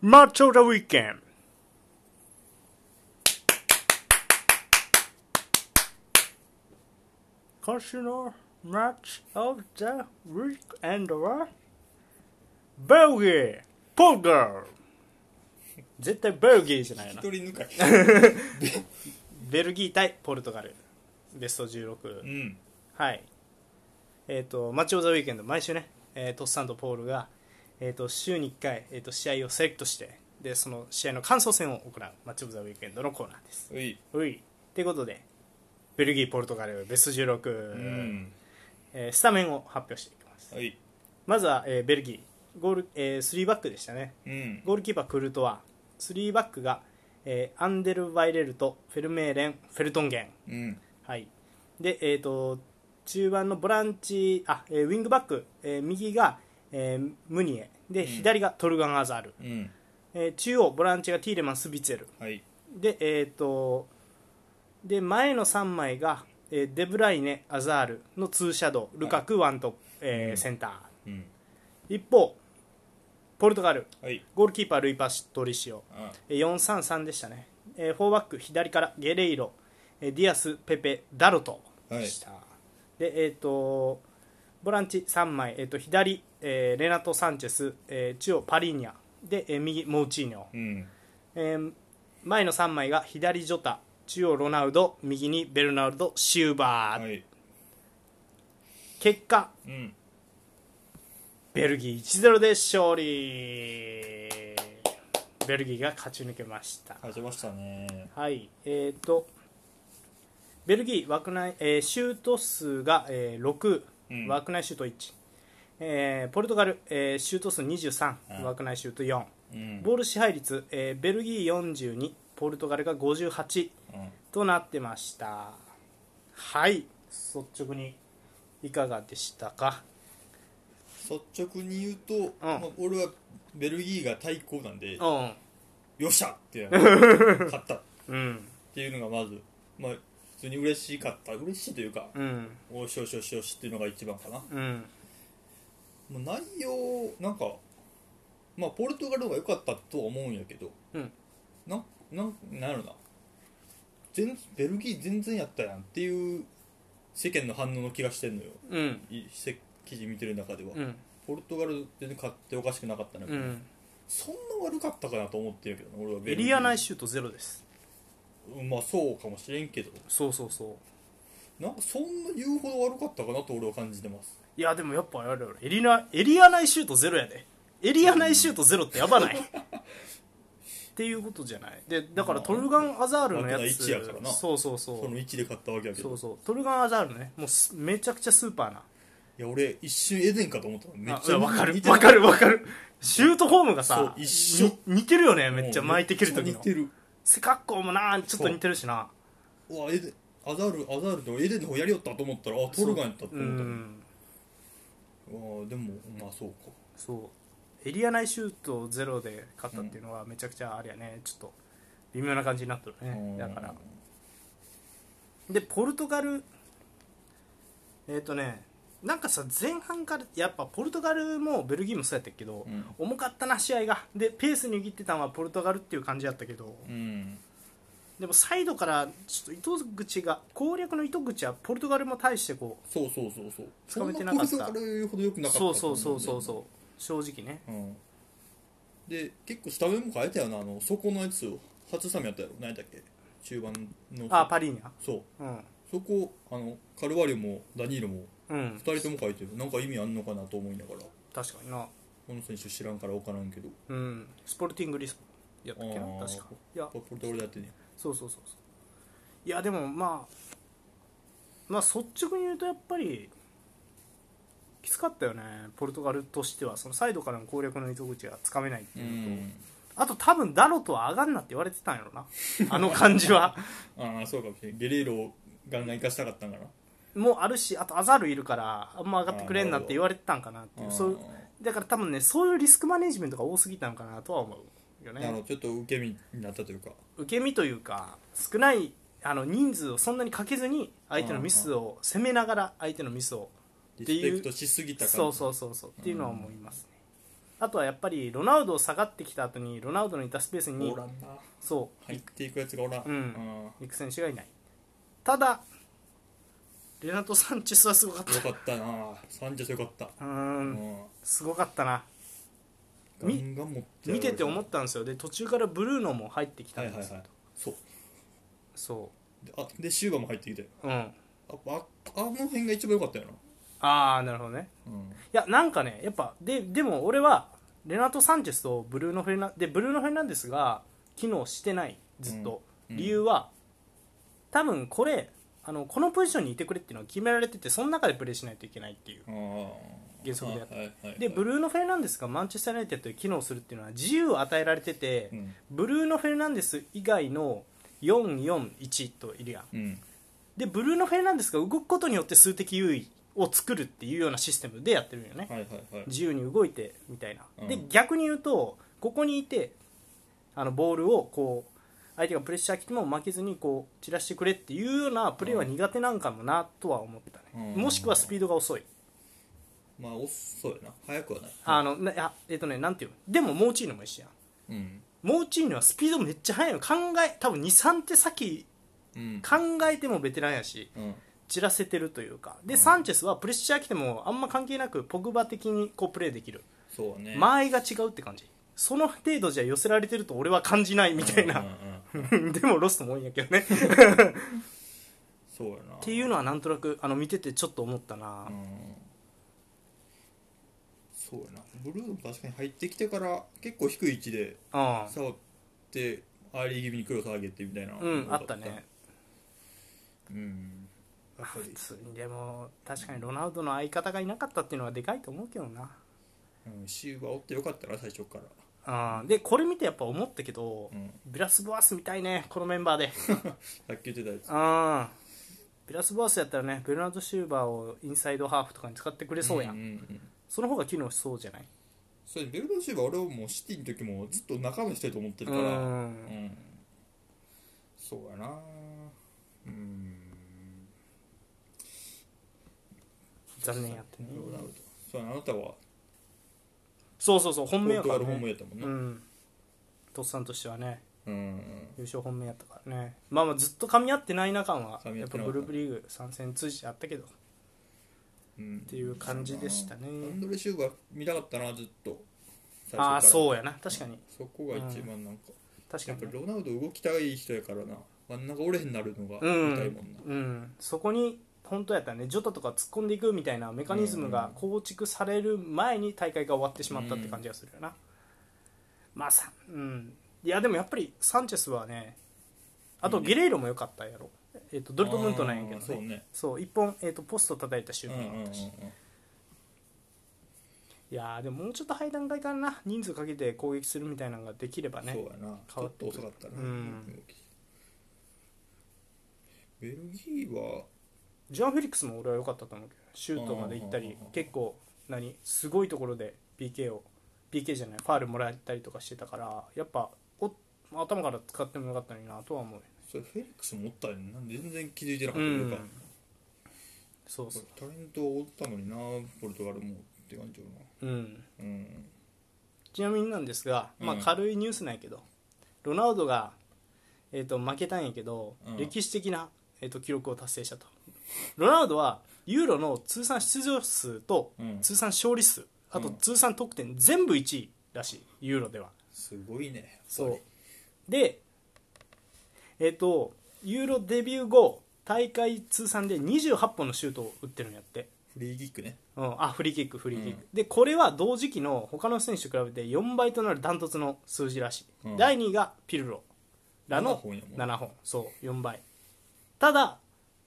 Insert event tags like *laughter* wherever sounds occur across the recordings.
Matilda Weekend. Constitutional match of the weekend は、ベルギー、ポルガル。絶対ベルギーじゃないな。一人抜かいベルギー対ポルトガル。ベスト16。うんはい。えっ、と、マッチオブザウィーケンド、毎週ね、えートッサンとポールが、えっ、と、週に1回、えっ、と、試合をセレクトして、で、その試合の感想戦を行う、マッチオブザウィーケンドのコーナーです。ういうい。ということで、ベルギー、ポルトガル、ベスト16、うんえースタメンを発表していきます。ういまずは、えーベルギー、ゴール、え3バックでしたね。うんゴールキーパー、クルトワ、3バックが、えーアンデル・ワイレルト、フェルメーレン、フェルトンゲン、うんはい、で、えー、と中盤のボランチあ、えーウィングバック、えー右が、えームニエで、ん左がトルガン・アザール、うんえー中央ボランチがティーレマン・スビツェルはいで,、えー、とで前の3枚が、えーデブライネ・アザールのツーシャドウルカク・ワント、えーうんセンタうんー一方ポルトガルはいゴールキーパールイ・パシトリシオあえー433でしたね、えー、4バック左からゲレイロ、えーディアス、ペペ、ダロトでした、でえー、とボランチ3枚、えー、と左、えーレナト・サンチェス、えー中央、パリーニャで、えー右、モウチーニョ、うんえー前の3枚が左、ジョタ中央、ロナウド右にベルナルド、シューバー、はい結果、うんベルギー1-0で勝利ベルギーが勝ち抜けました。勝ちましたねはい、えー、とベルギー枠内、えーシュート数が、えー6、うん枠内シュート1、えーポルトガル、えーシュート数23、うん枠内シュート4、うんボール支配率、えーベルギー42、ポルトガルが58うんとなってました。はい、率直にいかがでしたか。率直に言うと、まあ、俺はベルギーが対抗なんで、うん、よっしゃって *laughs* や勝ったっうん、ていうのがまず、まあ、普通に嬉しかった嬉しいというか、うん、おーしよしよしよしっていうのが一番かなうん、もう内容なんかまあポルトガルの方が良かったとは思うんやけどうん、なんなんなんやろな全ベルギー全然やったやんっていう世間の反応の気がしてんのようん、いせ記事見てる中では、うん、ポルトガル全然勝っておかしくなかったな、うん。そんな悪かったかなと思ってるけどな俺エはベルギーリア内シュートゼロです。うんまあそうかもしれんけどそうそうそう。なんかそんな言うほど悪かったかなと俺は感じてますいやでもやっぱあれよエリナエリア内シュートゼロやでエリア内シュートゼロってやば *laughs* ないっていうことじゃないでだからまあトルガン・アザールのやつ枠が一やからなそうそうそそうの位置で勝ったわけやけそどうそうトルガン・アザールねもうすめちゃくちゃスーパーないや俺一瞬エデンかと思ったのめっちゃあわかる似てわかるわかるシュートフォームがさそう一緒に似てるよねめっちゃ巻いてくる時めっのちゃ似てる背格好もなちょっと似てるしなうわエデンアザールアザールとエデンの方やりよったと思ったらあトルガンやったとう思ったんあでもまあそうかそうエリア内シュートゼロで勝ったっていうのはめちゃくちゃあれやねちょっと微妙な感じになってるうんねだからでポルトガルえっ、とねなんかさ前半からやっぱポルトガルもベルギーもそうやったけど、うん重かったな試合がでペース握ってたのはポルトガルっていう感じやったけど、うんでもサイドからちょっと糸口が攻略の糸口はポルトガルも対してこうそうそうそうそ掴うめてなかったそんなポルトガルほどよくなかったとそ思うそうそうそううそう正直ねんだよねうんで結構スタメンも変えたよなあのそこのやつを初スタメンやったやろ何やったっけ中盤のあパリーニャそううんそこあのカルワリオもダニールもうん2人とも書いてるなんか意味あんのかなと思いながら確かになこの選手知らんから分からんけどうんスポルティングリスボンやったっけなあー確かいやポルトガルでやってねそうそうそうそういやでもまあまあ率直に言うとやっぱりきつかったよねポルトガルとしてはそのサイドからの攻略の糸口がつかめないってういうのと、んあと多分ダロとは上がんなって言われてたんやろなあの感じ *laughs* はああそうかもしれんゲレーロをガンガン生かしたかったんかなもうあるしあとアザールいるからあんま上がってくれんなって言われてたんかなっていうあーそうだから多分ねそういうリスクマネジメントが多すぎたのかなとは思うよねなるほどちょっと受け身になったというか受け身というか少ないあの人数をそんなにかけずに相手のミスを攻めながら相手のミスをリてスいうペクトしすぎた感じそうそうそうそうっていうのは思いますねあとはやっぱりロナウド下がってきた後にロナウドのいたスペースにおらんなそ入っていくやつがおらん、うんう行く選手がいないただレナト・サンチェスはすごかっよかったなサンチェスよかった、たううーんん、すごかったなガみンガン持ってやられ見てて思はったんですよで途中からブルーノも入ってきたいんはいはでいすよ、そうそであでシューバーも入ってきてううんあああの辺が一番良かったよな、ああなるほどねうん、いやなんかねやっぱででも俺はレナト・サンチェスとブルーノ・フェルナンでブルーノ・フェルナンデスが機能してないずっと、うん理由は多分これあのこのポジションにいてくれっていうのは決められててその中でプレーしないといけないっていうあー原則でやったはいはいはいでブルーノ・フェルナンデスがマンチェスター・ユナイテッドで機能するっていうのは自由を与えられてて、うんブルーノ・フェルナンデス以外の441といるやんうんでブルーノ・フェルナンデスが動くことによって数的優位を作るっていうようなシステムでやってるんよねはいはいはい自由に動いてみたいな、うんで逆に言うとここにいてあのボールをこう相手がプレッシャー来ても負けずにこう散らしてくれっていうようなプレーは苦手なんかもなとは思ったね、うんもしくはスピードが遅い、まあ遅いな早くはないあのないやえっとねなんていうのでもモーチーノも一緒やんうんモーチーノはスピードめっちゃ速いの考え多分23手先うん考えてもベテランやしうん散らせてるというかで、うんサンチェスはプレッシャー来てもあんま関係なくポグバ的にこうプレーできるそうね間合いが違うって感じその程度じゃ寄せられてると俺は感じないみたいうんう、なんうん *laughs* でもロストも多いんやけどねっそうやなっていうのはなんとなくあの見ててちょっと思ったなう、んそうやなブルーも確かに入ってきてから結構低い位置でうん触ってアーリー気味にクロス上げてみたいなうん、あったねうんやっぱり普、通にでも確かにロナウドの相方がいなかったっていうのはでかいと思うけどなうん、シューバーおってよかったな最初からうんでこれ見てやっぱ思ったけど、うんビラスボアスみたいねこのメンバーでさっき言ってたやつうんビラスボアスやったらねベルナード・シューバーをインサイドハーフとかに使ってくれそうやん、んうんその方が機能しそうじゃないそうベルナード・シューバー俺はもうシティの時もずっと仲間にしたいと思ってるからうん、んそうやなうん残念やってねなるほどなるほどそうやなあなたはそうそうそう本ポ命やルトから、ガル本命ね、やったもんうな、んとっさんとしてはねうん優勝本命やったからねまあまあずっと噛み合ってない中は噛みや合っってぱグなかったループリーグ参戦通じてあったけどっうん、ていう感じでしたねアンドレ・シューバー見たかったなずっとああうそうやな確かにそこが一番なんか、確かやっにぱね、ロナウド動きたい人やからな真ん中折れへんなるのがうん見たいもんな、うん、そこに本当やったらねジョタとか突っ込んでいくみたいなメカニズムが構築される前に大会が終わってしまったって感じがするよな、まあさ、うん、いやでもやっぱりサンチェスはねあとゲレイロも良かったやろ、えっとドルトムントなんやけあーどそうねねそう一本、えっとポスト叩いたシうュんーうんトがあっうんうんたし、いやーでももうちょっと配段階からな人数かけて攻撃するみたいなのができればねそうやなち変ょわっってとくる遅かったな、うんベルギーはジョアン・フェリックスも俺は良かったと思うけどシュートまで行ったうんうりんうんうん結構何すごいところで PK を PK じゃないファールもらったりとかしてたからやっぱお頭から使ってもよかったのになとは思うよねそれフェリックスもおったんやんな全然気づいてなかうったというんか、そうそうタレントおったのになポルトガルもって感じようんなうんちなみになんですが、まあ、うん軽いニュースなんやけどロナウドが、えー、と負けたんやけど、うん歴史的な、えー、と記録を達成したとロナウドはユーロの通算出場数とうん通算勝利数、あとうん通算得点全部1位らしいユーロではすごいねそうでえっ、とユーロデビュー後大会通算で28本のシュートを打ってるんやってフリーキックねうん、あフリーキックフリーキック、うんでこれは同時期の他の選手と比べて4倍となるダントツの数字らしい、うん第2位がピルロら7の本やもん7本そう4倍ただ、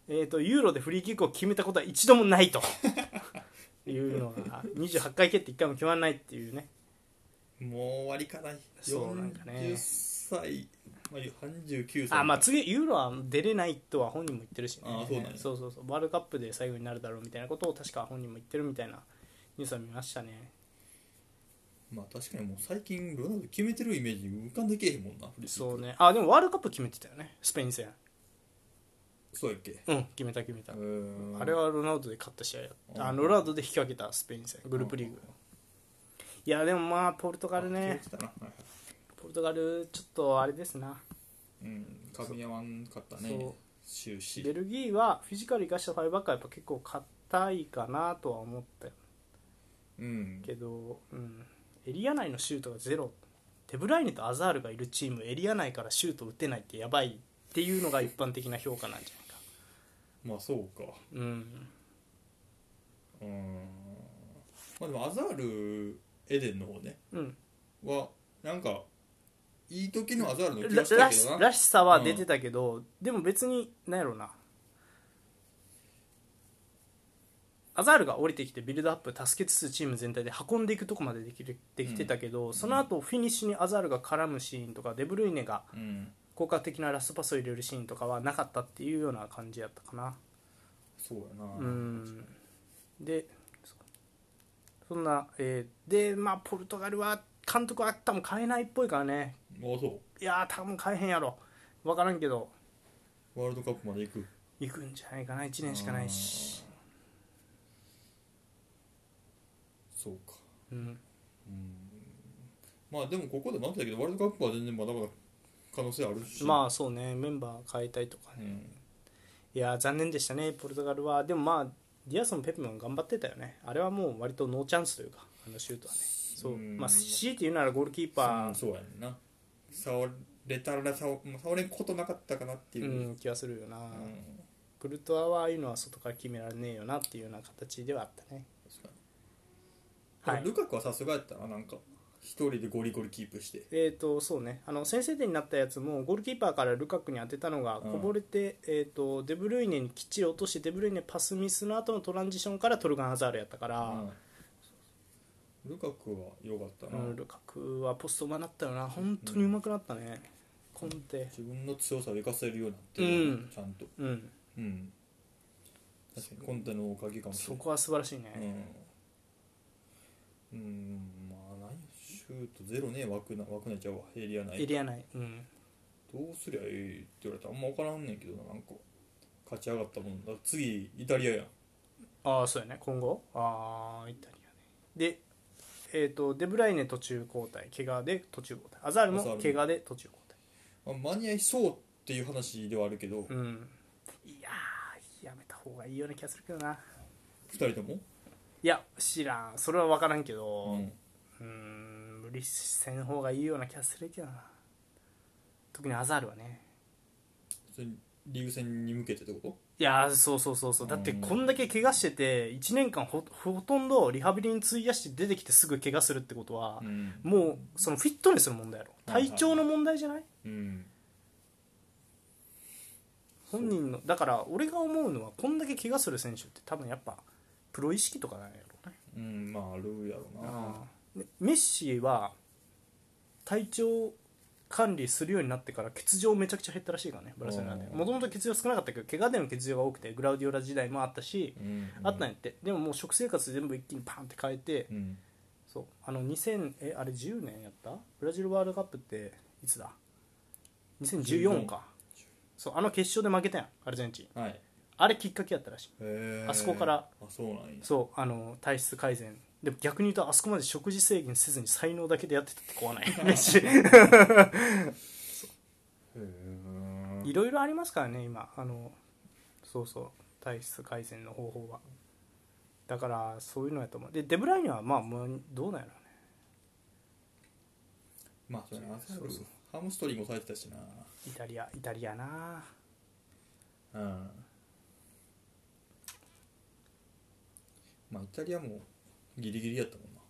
えー、とユーロでフリーキックを決めたことは一度も *laughs* ないというのが28回蹴って1回も決まらないっていうねもう終わりかないそうなんかね40歳、まあ、39歳あまあ次ユーロは出れないとは本人も言ってるしねあそうなんやそうそうそうワールドカップで最後になるだろうみたいなことを確か本人も言ってるみたいなニュースは見ましたねまあ確かにもう最近ロナウド決めてるイメージ浮かんでけえへんもんなフリーキックそうねあでもワールドカップ決めてたよねスペイン戦そうやっけうん決めた決めた、うーんあれはロナウドで勝った試合やうんあのロナウドで引き分けたスペイン戦グループリーグ、うんいやでもまあポルトガル消えねてたな、はいはいポルトガルちょっとあれですな、うん、かみ合わんかったねそ終う始ベルギーはフィジカル生かしたファイブバックはやっぱ結構硬いかなとは思ったうんけど、うん、エリア内のシュートがゼロデブライネとアザールがいるチームエリア内からシュート打てないってやばいっていうのが一般的な評価なんじゃないかまあそうかうんうんまあでもアザールエデンの方ねうんはなんかいい時のアザールのら気がしたらけしどならしさは出てたけど、でも別になんやろうなアザールが降りてきてビルドアップ助けつつチーム全体で運んでいくとこまでできるできてたけど、その後フィニッシュにアザールが絡むシーンとかデブルイネがうん効果的なラストパスを入れるシーンとかはなかったっていうような感じやったかなそうやなうんでそそんな、えーでまあポルトガルは監督は多分変えないっぽいからねあそいやー多分変えへんやろ分からんけどうワールドカップまで行く行くんじゃないかな1年しかないしそうかうんまあでもここで待ってたけどワールドカップは全然まだまだ可能性あるしまあそうねメンバー変えたいとかうねんいやー残念でしたねポルトガルはでもまあディアスもペペも頑張ってたよねあれはもう割とノーチャンスというかあのシュートはねそううんまあ強いて言うならゴールキーパーそうそうやんな触れたら触触れんことなかったかなっていうう、ん気はするよな、うんクルトワはああいうのは外から決められねえよなっていうような形ではあったね確かにはいルカクはさすがやったななんか一人でゴリゴリキープしてえー、とそうねあの先制点になったやつもゴールキーパーからルカクに当てたのがうんこぼれて、えー、とデブルイネにきっちり落としてデブルイネパスミスの後のトランジションからトルガン・アザールやったかうらん、ルカクは良かったうな、んルカクはポストマンなったよな本当にうまくなったね、コンテ自分の強さを生かせるようになってる、うんちゃんとうんうん確かにコンテのおかげかもしそれないこは素晴らしいね、うん、うん、まあ何シュートゼロね枠な枠内ちゃうわエリア内エリア内、うん、どうすりゃええって言われたらあんま分からんねんけどななんか勝ち上がったもんだから次イタリアやんああそうやね今後ああイタリアねでえー、とデブライネ途中交代怪我で途中交代アザールアザーもルも怪我で途中交代まあ間に合いそうっていう話ではあるけど、うんいやーやめた方がいいような気がするけどな二人とも、いや知らんそれは分からんけどうんうーん無理せん方がいいような気がするけどな特にアザールはねそれリーグ戦に向けてってこいやーそうそうそうそうだってうんこんだけ怪我してて1年間ほほとんどリハビリに費やして出てきてすぐ怪我するってことはと、うんもうそのフィットネスの問題やろはいはい体調の問題じゃない、うん、本人のだから俺が思うのはこんだけ怪我する選手って多分やっぱプロ意識とかなんやろねうん、まああるやろうなでメッシは体調管理するようになってから欠場めちゃくちゃ減ったらしいからねブラジルなんてうんもともと欠場少なかったけど怪我での欠場が多くてグラウディオラ時代もあったし、うんあったんやってでももう食生活全部一気にパンって変えて、うんそうあの2000えあれ10年やったブラジルワールドカップっていつだ2014かそうあの決勝で負けたやんアルゼンチンはいあれきっかけやったらしいへーあそこからあそうなんやそうあの体質改善でも逆に言うとあそこまで食事制限せずに才能だけでやってたって怖ない *laughs* しへーいろいろありますからね今あのそうそう体質改善の方法はだからそういうのやと思うでデブライネはまあもうどうなんやろうねまあそれなそうそうハムストリング押さえてたしなイタリアイタリアなうんまあイタリアもギリギリやったもんな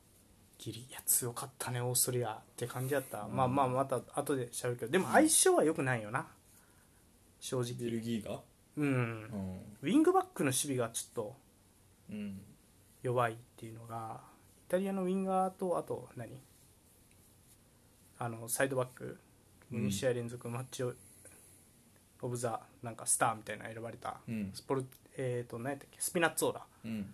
ギリいや強かったねオーストリアって感じだった、まあまあまた後でしゃべるけどでも相性は良くないよな正ベ直ルギーがうんうん、ウィングバックの守備がちょっとうん、弱いっていうのがイタリアのウィンガーとあと何あのサイドバックうん2試合連続マッチオオブザなんかスターみたいなの選ばれた、うんスポルえー、と何やったっけスピナッツォーラうん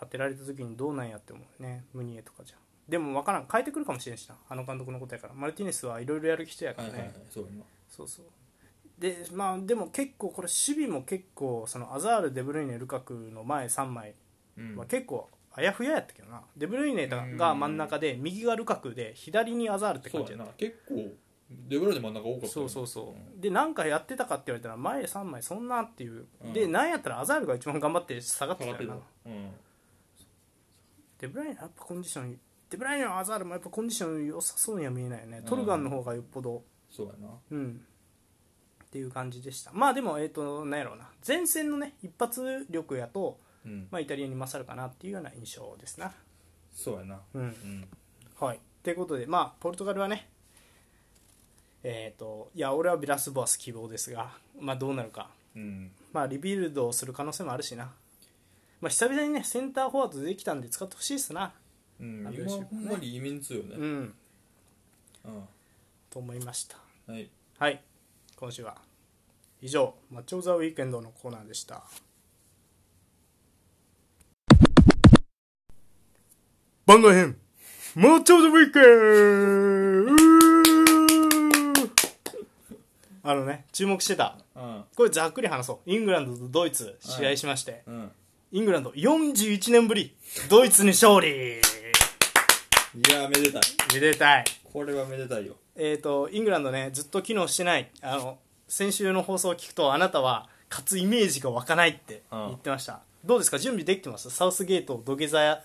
当てられた時にどうなんやって思うねムニエとかじゃでも分からん変えてくるかもしれんしなあの監督のことやからマルティネスはいろいろやる人やかはいらはね、いはいそうやなそうそうでまあでも結構これ守備も結構そのアザールデブルイネルカクの前3枚うんは結構あやふややったけどなデブルイネが真ん中で右がルカクで左にアザールってそ感うじややっなた結構デブライネ真ん中多かったよそうそうそうで何かやってたかって言われたら前3枚そんなっていう、うんでなんやったらアザールが一番頑張って下がって下たがってよたなうんデブライネやっぱコンディションデブライネのアザールもやっぱコンディション良さそうには見えないよね、トルガンの方がよっぽどそうやなうんっていう感じでしたまあでもえっ、となんやろうな前線のね一発力やと、うんまあ、イタリアに勝るかなっていうような印象ですなそうやなうんうんはいということでまあポルトガルはねえっ、といや俺はビラスボアス希望ですがまあどうなるかうんまあリビルドをする可能性もあるしなまあ久々にねセンターフォワード出てきたんで使ってほしいっすなうんあ今どうしようほんまにイメンツよねううんんと思いましたはいはい今週は以上「マッチョ・オブザ・ウィークエンド」のコーナーでした番外編マッチョ・オブ・ザ・ウィークエンドあのね注目してたうんこれざっくり話そうイングランドとドイツ試合しまして、うんイングランド41年ぶりドイツに勝利いやーめでたいめでたいこれはめでたいよえー、とイングランドねずっと機能してないあの先週の放送を聞くとあなたは勝つイメージが湧かないって言ってました、どうですか準備できてますサウスゲート土下座 *laughs* や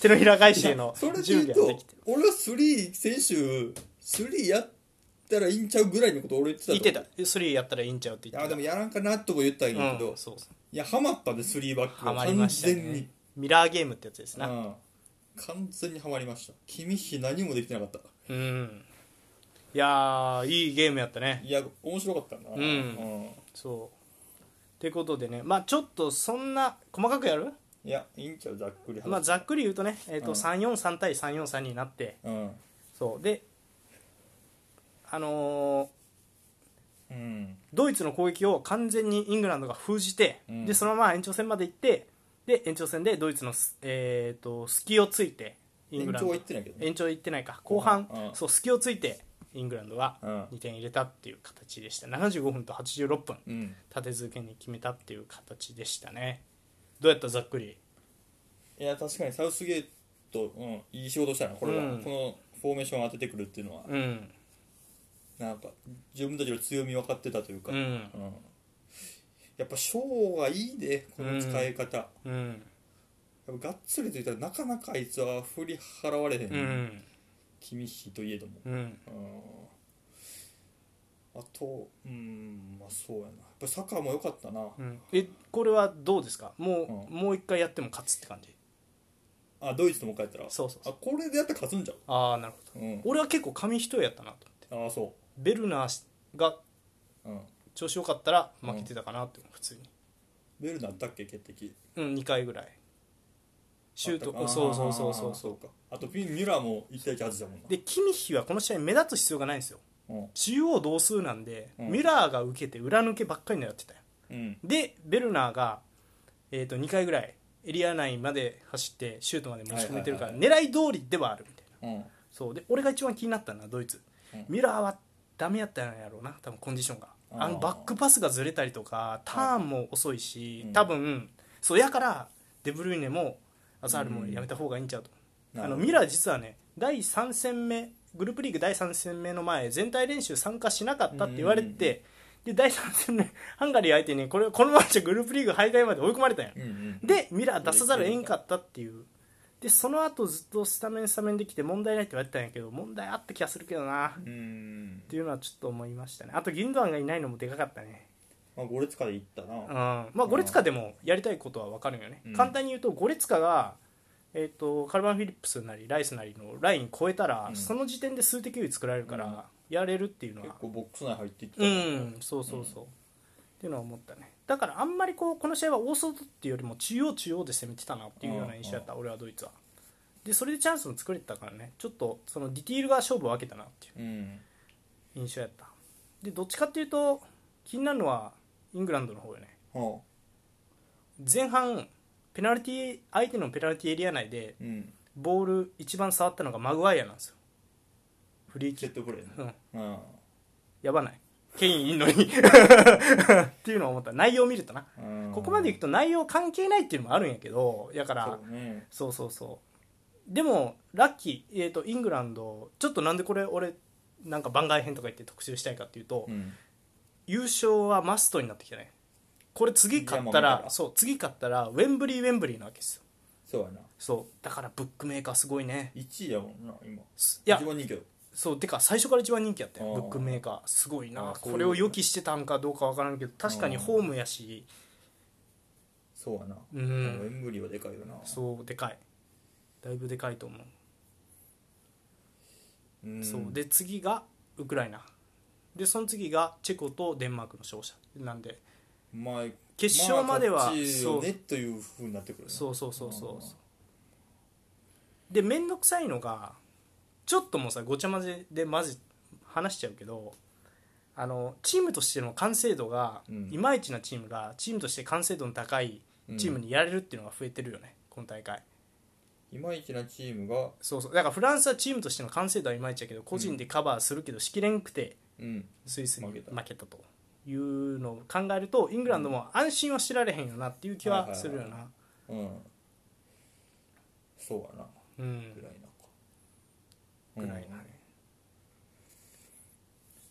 手のひら返しへのそれで準言備うはでときてる俺は3先週3やったらいいんちゃうぐらいのこと俺言ってた言とってた3やったらいいんちゃうってい言ってやたでもやらんかなとも言ったんやけど、うん、そうそういやハマったで3バックハはマりま完したね全に、ミラーゲームってやつですうな、うんん、完全にハマりました君比何もできてなかったいやーいいゲームやったねいや面白かったなうんそうってことでねまあちょっとそんな細かくやるいやいいんちゃうざっくり話まあ、ざっくり言うとね、えーとうん343対343になってうんそうであのーうんドイツの攻撃を完全にイングランドが封じて、うんでそのまま延長戦まで行ってで延長戦でドイツのす、えー、と隙をついてイング延ラン長ドは行ってないけどね延長行ってないか後半、うんそう隙をついてイングランドがうん2点入れたっていう形でした75分と86分うん立て続けに決めたっていう形でしたねどうやったざっくりいや確かにサウスゲート、うん、いい仕事したなこれは、うんこのフォーメーションを当ててくるっていうのは、うんなんか自分たちの強み分かってたというか、うんうんやっぱショーがいいでこの使い方、うんやっぱがっつりと言ったらなかなかあいつは振り払われへん、うん君比といえども、うんうんあとうんまあそうやなやっぱサッカーも良かったな、うん、えこれはどうですかもう、うもう一回やっても勝つって感じあドイツともう一回やったらそうそうそうあこれでやったら勝つんじゃああなるほう、うんど、俺は結構紙一重やったなと思ってああそベルナーがう、うん、調子良かったら負けてたかなって思う普通にベルナーだっけ欠席うん2回ぐらいシューあったトかそうそうそうそあーうそうかあとピンミュラーも1対1外したもんなでキミッヒはこの試合目立つ必要がないんですよ中央同数なんで、うんミュラーが受けて裏抜けばっかり狙ってたようん、うん、でベルナーが、えー、と2回ぐらいエリア内まで走ってシュートまで持ち込めてるから、はい狙い通りではあるみたいなうんそうで俺が一番気になったのはドイツ、うんミュラーはダメやったんやろうな多分コンディションがあーあのバックパスがずれたりとかターンも遅いし、うん多分そうやからデブルイネもアザールもやめた方がいいんちゃうと、なあるのほどミュラー実はね第3戦目グループリーグ第3戦目の前全体練習参加しなかったって言われて、で第3戦目ハンガリー相手にこれこのままじゃグループリーグ敗退まで追い込まれたんや、うんうんでミラー出さざるをえんかったっていうでその後ずっとスタメンスタメンできて問題ないって言われてたんやけど問題あった気がするけどなっうんていうのはちょっと思いましたねあとギンドアンがいないのもでかかったねまあゴレツカで行ったな、うんまあゴレツカでもやりたいことは分かるよね、うん簡単に言うとゴレツカがえー、とカルバン・フィリップスなりライスなりのライン超えたら、うんその時点で数的優位作られるから、うんやれるっていうの結は構ボックス内入っていってたうな、んそうそうそう、っていうのは思ったねだからあんまりこうこの試合は大外っていうよりも中央中央で攻めてたなっていうような印象やった、俺はドイツはでそれでチャンスも作れてたからねちょっとそのディティールが勝負を分けたなっていううん印象やったでどっちかっていうと気になるのはイングランドの方よねは前半ペナルティ相手のペナルティエリア内であ、うん、ボール一番触ったのがマグワイアなんですよフリーキセッットプレーク、うねん、うんやばないケインいんのに *laughs* っていうのを思った内容を見るとなうんここまでいくと内容関係ないっていうのもあるんやけどやからそうねそうそうそうでもラッキー、えー、とイングランドちょっとなんでこれ俺なんか番外編とか言って特集したいかっていうと、うん優勝はマストになってきたねこれ次勝ったいやもうら見たらそう次勝ったらウェンブリーウェンブリーなわけですよそうやなそうだからブックメーカーすごいね1位やもんな今いや一番人気だよそうてか最初から一番人気やったよブあッークメーカーすごいなあーそうこいうれを予期してたんかどうかわからんけど確かにホームやしそうやなうウんェンブリーはでかいよなそうでかいだいぶでかいと思う、うんそうで次がウクライナでその次がチェコとデンマークの勝者なんでまあ決勝まではあこっちよそうねというふうになってくるねそうそうそうそううんで面倒くさいのがちょっともうさごちゃ混ぜでまじ話しちゃうけどあのチームとしての完成度が、うんいまいちなチームがチームとして完成度の高いチームにやれるっていうのが増えてるよね、今大会いまいちなチームがそうそうだからフランスはチームとしての完成度はいまいちやけど個人でカバーするけど、しきれんくてうんスイスに負負けたけたというのを考えるとイングランドも安心はしてられへんよなっていう気はするよはいはなうんそうやなうんぐらいなかぐらいだね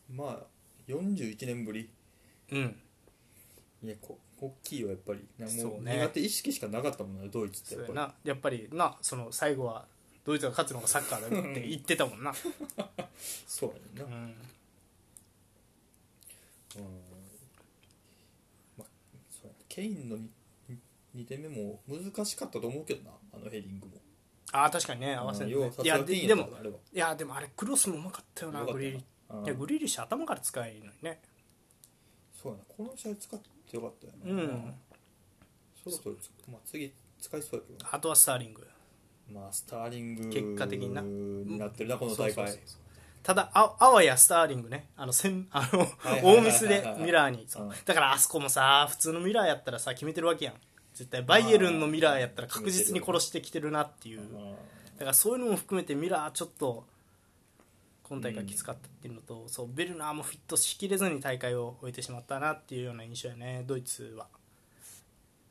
うんまあ41年ぶりうんいやこ大きいよやっぱりなんかもそううね苦手意識しかなかったもんねドイツってそうややっぱりなやっぱりなその最後はドイツが勝つのがサッカーだよって言ってたもんな、そうやねんうな、ん、うんまあ、そうやなケインの 2, 点目も難しかったと思うけどなあのヘディングもああ確かにね合わせうてんねよいうさすがやケでインでやったもなあれはいやでもあれクロスもうまかったよなよかったグなリーリッシうュんいやグリーリッシュ頭から使えるのにねそうやなこの試合使ってよかったようん、な、そろそろつ、まあ、次使いそうやけどなあとはスターリングまあスターリング結果的になになってるなこの大そう会そうそうそうただああわやスターリングねあのせんあのはいはいはいはい大ミスでミラーにそううんだからあそこもさ普通のミラーやったらさ決めてるわけやん絶対バイエルンのミラーやったら確実に殺してきてるなっていうだからそういうのも含めてミラーちょっと今大会きつかったっていうのと、そうベルナーもフィットしきれずに大会を終えてしまったなっていうような印象やねドイツは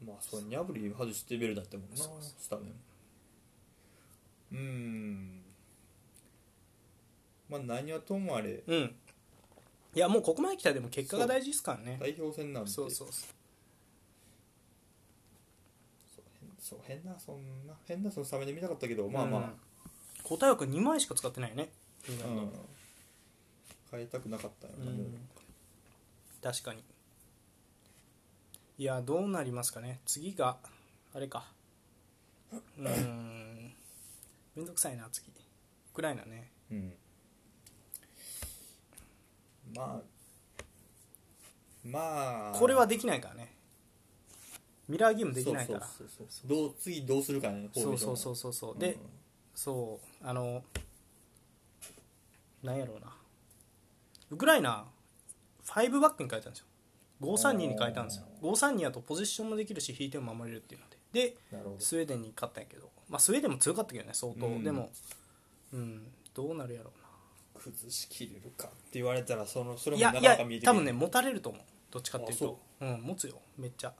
まあそうニャブリ外してベルだったもんなスタメンうーんまあ何はともあれうんいやもうここまで来たらでも結果が大事ですからね代表戦なんてそうそうそうそう変そう変なそんな変なそのスタメンで見たかったけどまあまあ、うん答え枠2枚しか使ってないよね、うん変えたくなかったような、もうん確かにいやどうなりますかね次があれかうーんめんどくさいな次ウクライナねうんまあまあこれはできないからねミラーゲームできないからそうそうそうそうどう次どうするかねそうそうそううそうそうで、そうあのなんやろうなウクライナ5バックに変えたんですよ532に変えたんですよ532やとポジションもできるし引いても守れるっていうのででなるほどスウェーデンに勝ったんやけど、まあ、スウェーデンも強かったけどね相当、うんでもうんどうなるやろうな崩しきれるかって言われたらそのそれいやもなかいなやか見えて多分ねね持たれると思うどっちかっていうとあうん持つよめっちゃ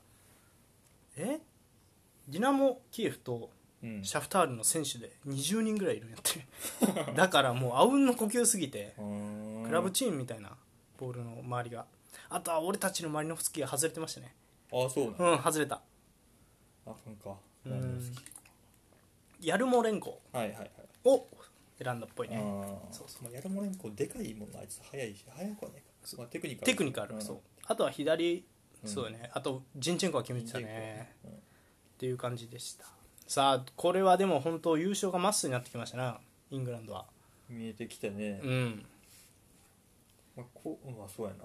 えディナモ・キエフとうんシャフタールの選手で20人ぐらいいるんやって *laughs* だからもうあうんの呼吸すぎてククラブチームみたいなボールの周りがあとは俺たちのマリノフスキーが外れてましたねあそうなんうん外れたあかんかうなるほどんヤルモレンコはいはいはいを選んだっぽいあねーそうそまあヤルモレンコでかいもんなあいつ速いし速くはないかまあテクニカルテクニカルんそうあとは左うんそうだねあとジンチェンコは決めてたジンチェンコねねうんっていう感じでしたさあこれはでも本当優勝がマストになってきましたなイングランドは見えてきたねうんまあこうまあそうやな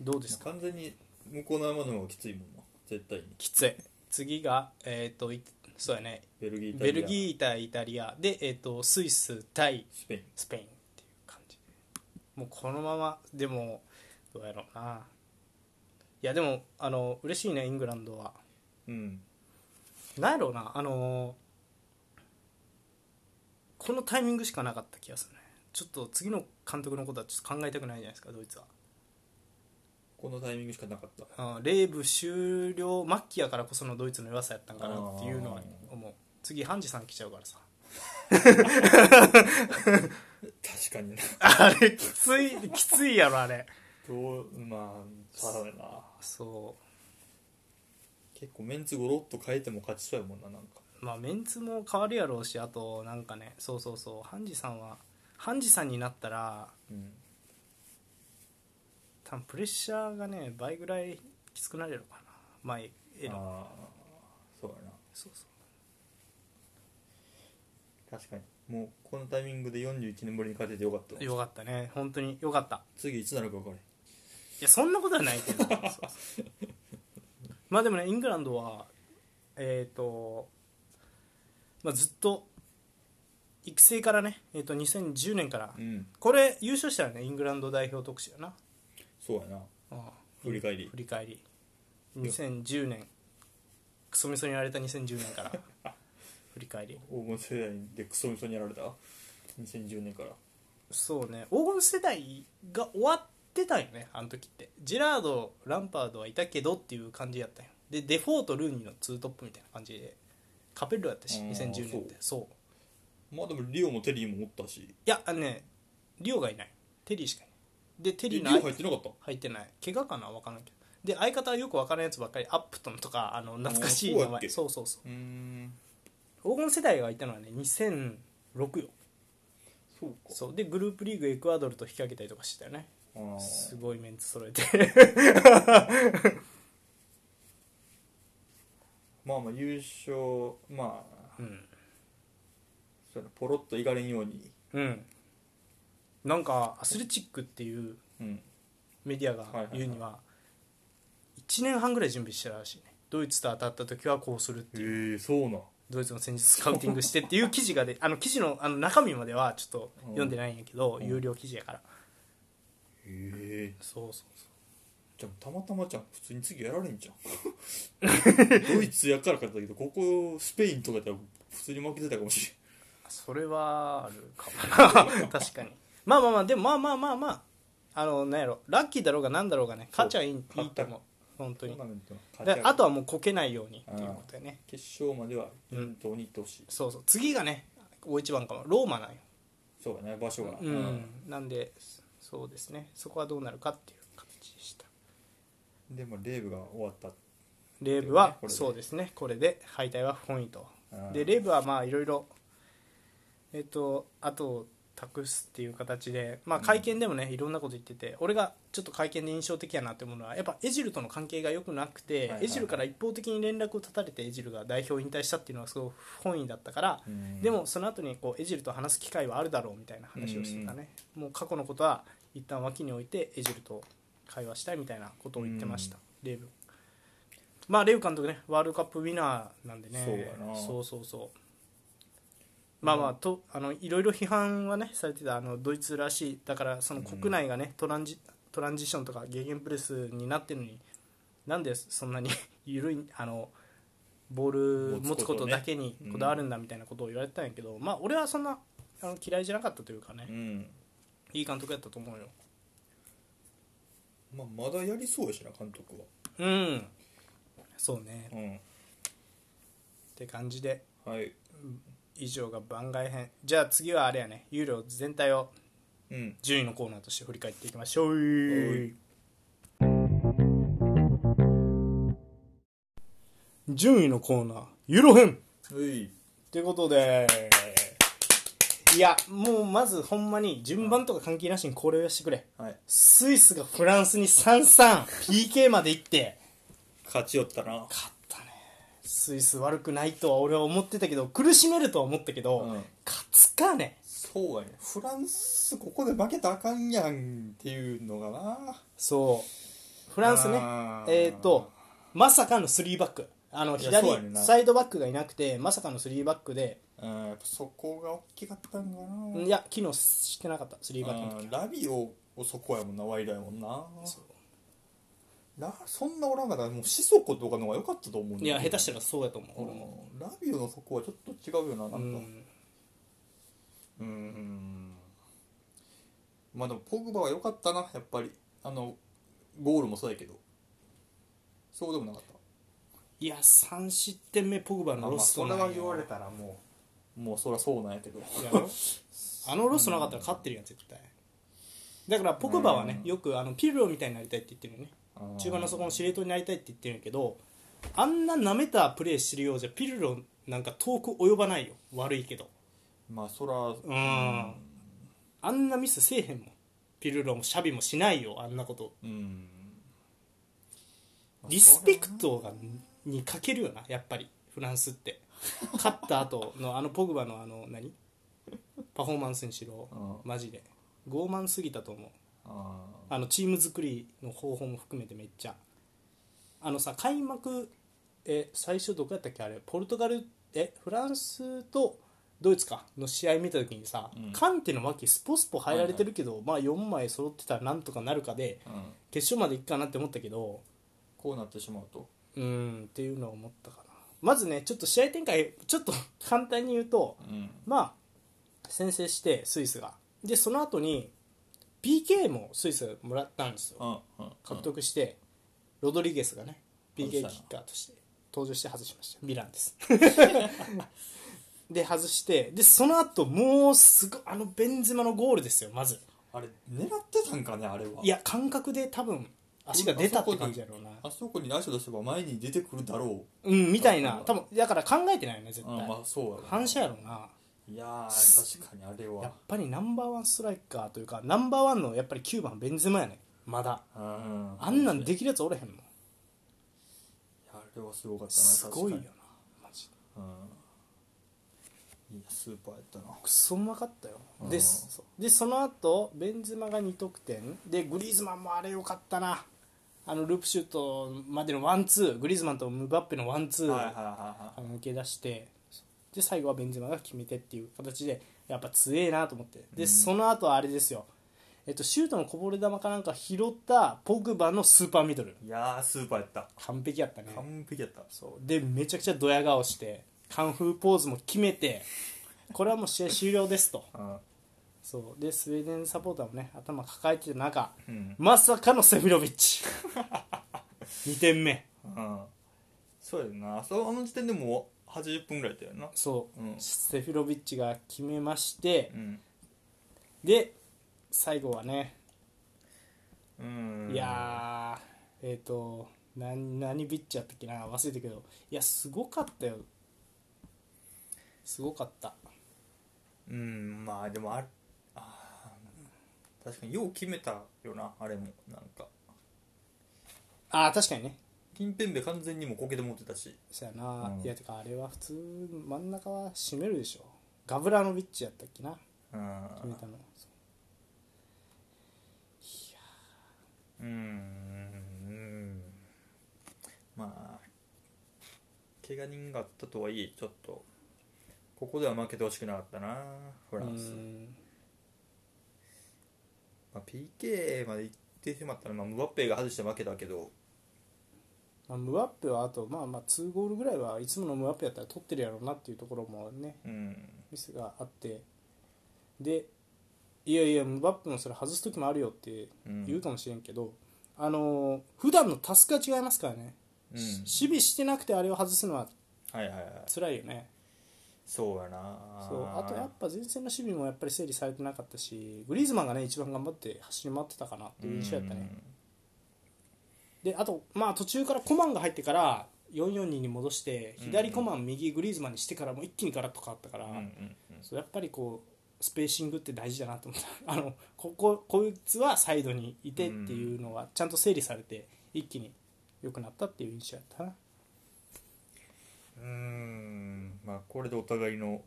どうですか完全に向こうの山の方がきついもんな絶対にきつい次がえっ、といそうやねベルギーイタリベアルギー対イタリアで、えー、とスイス対スペインスペインっていう感じもうこのままでもどうやろうないやでもあの嬉しいねイングランドはうんなんやろうなあのこのタイミングしかなかった気がするねちょっと次の監督のことはちょっと考えたくないじゃないですかドイツはこのタイミングしかなかったうんレーブ終了末期やからこそのドイツの弱さやったんかなっていうのは思う次ハンジさん来ちゃうからさ *laughs* 確か *laughs* になあれきついきついやろあれどうまあそうだよなそ結構メンツゴロッと変えても勝ちそうやもんななんかうまあメンツも変わるやろうしあとなんかねそうそうそうハンジさんはハンジさんになったらうん多分プレッシャーがね倍ぐらいきつくなるやろうかな前へのああそうやなそうそう確かにもうこのタイミングで41年ぶりに勝ててよかったよかったね本当によかった次いつなるか分からへんいやそんなことはない *laughs* けどそうそうまあでもねイングランドはえっ、と、まあ、ずっと育成からね、えー、と2010年から、うんこれ優勝したらねイングランド代表特集やな、そうやなうん振り返り振り返り2010年クソみそにやられた2010年から *laughs* 振り返り黄金世代でクソみそにやられた2010年からそうね黄金世代が終わってたよねあの時ってジェラードランパードはいたけどっていう感じやったよでデフォートルーニーのツートップみたいな感じでカペッロやったしあー2010年ってそうまあでもリオもテリーもおったしいやあのねリオがいないテリーしかいないでテえリリオーの入ってなかった入ってない怪我かな分からんけどで相方はよく分からんやつばっかりアップトンとかあの懐かしいあーそう名やっけ前そうそうそううーん黄金世代がいたのはね2006よそうかそうでグループリーグエクアドルと引き分けたりとかしてたよねあーすごいメンツ揃えて *laughs* まあまあ優勝まあうんそうやなポロッといかれんようにうんなんかアスレチックっていううんメディアが言うには1年半ぐらい準備してたらしいねドイツと当たった時はこうするっていうええそうなドイツの戦術スカウティングしてっていう記事がであの記事のあの中身まではちょっと読んでないんやけど、うん有料記事やからええそうそうそじゃあたまたまじゃん普通に次やられんじゃんドイツやからかったけどここスペインとかやったら普通に負けてたかもしうそれはあるかもな *laughs* 確かにまあまあまあでもまあまあまあまああのなんやろラッキーだろうがなんだろうがね勝ちゃいいいいそうと思う本当れんにトーナメントの勝ち上がでりあとはもうこけないようにっていうことやね決勝までは順当にいってほしい、そうそう次がね大一番かもローマなんよ、そうだね場所がうんなんでそうですねそこはどうなるかっていう形でしたうんでもレーブが終わったレーブはこれでそうですねこれで敗退は不本意とうんでレーブはまあいろいろえっとあと託すっていう形で、まあ、会見でもね、いろんなこと言ってて俺がちょっと会見で印象的やなって思うのはやっぱエジルとの関係が良くなくて、いはいはいエジルから一方的に連絡を絶たれてエジルが代表引退したっていうのはすごく不本意だったから、うんでもその後にこうエジルと話す機会はあるだろうみたいな話をしてたね、もう過去のことは一旦脇に置いてエジルと会話したいみたいなことを言ってました、レイブまあレイブ監督ねワールドカップウィナーなんでねそうやなそうそうそうまあまあとあのいろいろ批判はねされてたあのドイツらしいだからその国内がね、トランジトランジションとかゲーゲンプレスになってるのになんでそんなに *laughs* 緩いあのボール持持つつここととねだけにこだわるんだみたいなことを言われてたんやけど、まあ俺はそんなあの嫌いじゃなかったというかね、うんいい監督やったと思うよまあ、まだやりそうやしな監督はうんそうねうんって感じではい以上が番外編じゃあ次はあれやねユーロ全体をうん順位のコーナーとして振り返っていきましょうい順位のコーナーユーロ編はいということでいやもうまずほんまに順番とか関係なしにこれをしてくれはいスイスがフランスに 3-3PK まで行って勝ちよったな勝ったねスイス悪くないとは俺は思ってたけど苦しめるとは思ったけど、うん勝つかねそうやねフランスここで負けたらあかんやんっていうのがなそうフランスねあーえっ、とまさかの3バックあのいや左そうやねんなサイドバックがいなくてまさかの3バックで、うんやっぱそこが大きかったんかなうんいや機能してなかった3バックの時うんラビオをそこやもんなワイドやもんななそんなおらんかったらもうシソコとかの方が良かったと思うんだいよやね下手したらそうやと思うう俺もんラビオのそこはちょっと違うよななんうかんうんまあでもポグバは良かったなやっぱりあのゴールもそうやけどそうでもなかったいや3失点目ポグバのロストまあそれは言われたらももうそりゃそうなんやけどう *laughs* あのロストなかったら勝ってるやん絶対だからポグバはねうんよくあのピルロみたいになりたいって言ってるよね中盤の底の司令塔になりたいって言ってるんやけどあんな舐めたプレーしてるようじゃピルロなんか遠く及ばないよ悪いけどまあそらうんあんなミスせえへんもんピルロもシャビもしないよあんなことうんリスペクトがに欠けるよなやっぱりフランスって勝った後のあのポグバのあの何パフォーマンスにしろうんマジで傲慢すぎたと思うあーあのチーム作りの方法も含めてめっちゃあのさ開幕え最初どこやったっけあれポルトガルえフランスとドイツかの試合見た時にさ、うんカンテの脇スポスポ入られてるけど、まあ4枚揃ってたらなんとかなるかでうん決勝までいくかなって思ったけどこうなってしまうとうんっていうのは思ったかなまずねちょっと試合展開ちょっと簡単に言うとうんまあ先制してスイスがでその後に PK もスイスがもらったんですようんうん獲得して、ロドリゲスがね PK 外キしッたなカーとして登場して外しましたミランですで外してでその後もうすごいあのベンゼマのゴールですよまずあれ狙ってたんかねあれはいや感覚で多分足が出たって感じやろうなあそこに足を出せば前に出てくるだろうんみたいなそう多そう分だから考えてないよね絶う、うん、対まあそうやろな反射やろうないやー確かにあれやっはぱりナンバーワンストライカーというかナンバーワンのやっぱり9番ベンゼマやねまだうんあんなんいできるやつおれへんもんやあれはすごかったなすごいよな確かマジでにうんいやスーパーやったなクソうまかったようんでそでその後ベンゼマが2得点でグリーズマンもあれよかったなあのループシュートまでのワンツーグリーズマンとムバッペのワンツー、はいはいはあの抜け出してで最後はベンゼマが決めてっていう形でやっぱ強えなと思ってで、うんその後はあれですよ、えっと、シュートのこぼれ球かなんか拾ったポグバのスーパーミドルいいやースーパーやった完璧やったね完璧やったそうでめちゃくちゃドヤ顔してカンフーポーズも決めてこれはもう試合終了ですとうんそうでスウェーデンサポーターもね頭抱えてる中うんまさかのセフィロビッ *laughs* チ2点目うんそうやなそうあの時点でもう80分ぐらいだったよなそう、うんセフィロビッチが決めましてうんで最後はね、うんいやーえっ、と何何ビッチやったっけな忘れたけどいやすごかったよすごかったうんまあでもあれあー確かによう決めたよなあれもなんかああ確かにねキンペンベ完全にもうこけて持ってたしそやな、うんいやてかあれは普通真ん中は締めるでしょガブラノビッチやったっけなうん決めたのそううーんまあ怪我人があったとはいえちょっとここでは負けてほしくなかったなフランスう、んまあ、PK まで行ってしまったら、まあ、ムバッペが外して負けたけどまあ、ムワッペはあと、まあ、まあ2ゴールぐらいはいつものムワッペやったら取ってるやろうなっていうところもねうんミスがあってでいやいやムバッペもそれ外す時もあるよってうん言うかもしれんけど、あのー普段のタスクが違いますからね、うんし守備してなくてあれを外すのははいはいはい辛いよねそうやなそうあとやっぱ前線の守備もやっぱり整理されてなかったしグリーズマンがね一番頑張って走り回ってたかなっていう印象やったね、であと、まあ、途中からコマンが入ってから442に戻してうん左コマン、右グリーズマンにしてからもう一気にガラッと変わったから、うんうんうんうんそうやっぱりこうスペーシングって大事だなと思った *laughs* あのこここいつはサイドにいてっていうのはちゃんと整理されて一気に良くなったっていう印象やったなうーんまあこれでお互いの、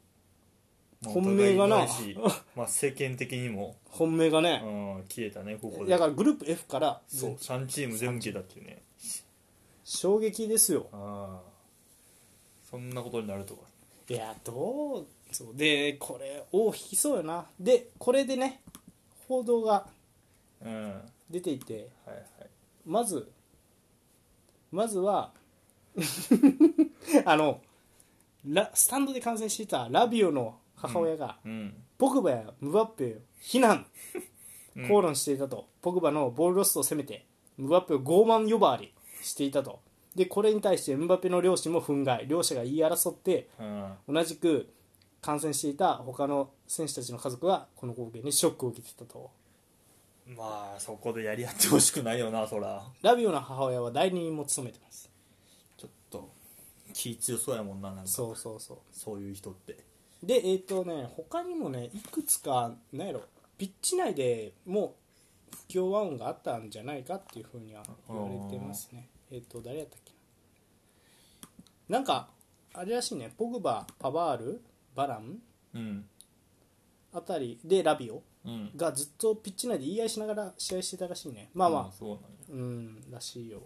まあ本命がなお互いないしまあ世間的にも、本命がうね、ん、消えたねここでだからグループ F からそう3チーム全部消えたっていうね衝撃ですよああそんなことになるとかいやどうそうでこれ尾を引きそうよなでこれでね報道がうんはい出ていてはいまずまずは *laughs* あのラスタンドで観戦していたラビオの母親が、うんポグバやムバッペを非難うん口論していたと、ポグバのボールロストを攻めてムバペを傲慢呼ばわりしていたとでこれに対してムバペの両親も憤慨両者が言い争ってうん同じく感染していた他の選手たちの家族がこの光景にショックを受けていたとまあそこでやり合ってほしくないよなそらラビオの母親は代理人も務めてますちょっと気強そうやもんななんかそうそうそうそういう人ってでえっ、とね他にもねいくつかなんやろピッチ内でもう不協和音があったんじゃないかっていうふうには言われてますねえっ、と誰やったっけななんかあれらしいねポグバパバールバランうんあたりでラビオうんがずっとピッチ内で言い合いしながら試合してたらしいねまあまあ、うんそうなんやうんらしいよ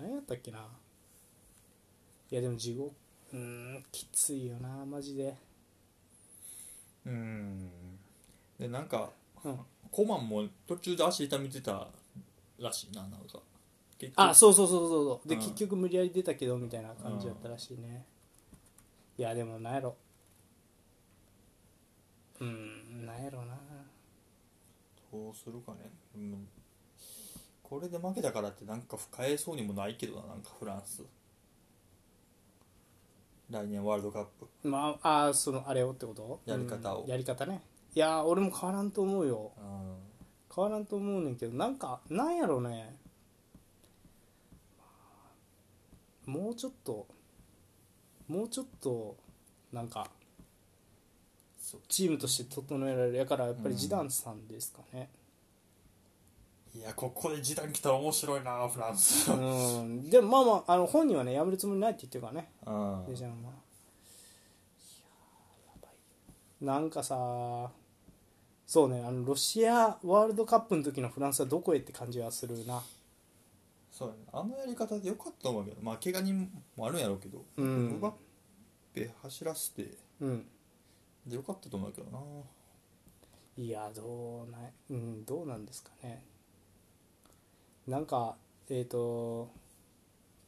何やったっけないやでも地獄うーんきついよなマジでうんでなんか、うんコマンも途中で足痛めてたらしいななんか結あそうそうそうそうそうで、うん結局無理やり出たけどみたいな感じだったらしいね、いやでもなんやろうんなんやろなどうするかね、うん、これで負けたからってなんか不えそうにもないけどななんかフランス来年ワールドカップまああーそのあれをってことやり方をうんやり方ねいやー俺も変わらんと思うようん変わらんと思うねんけどなんかなんやろねもうちょっともうちょっとなんかそうチームとして整えられるやからやっぱりジダンさんですかね、いやここで時短来たら面白いなフランスうんでもまあまああの本人はねやめるつもりないって言ってるからねうんデジャンはいやーやばいなんかさそうねあのロシアワールドカップの時のフランスはどこへって感じはするなそうやねあのやり方でよかったと思うけどまあ怪我人もあるんやろうけどうムんバッペ走らせてうんでよかったと思うけどないやどうない、うん、どうなんですかねなんかえっ、と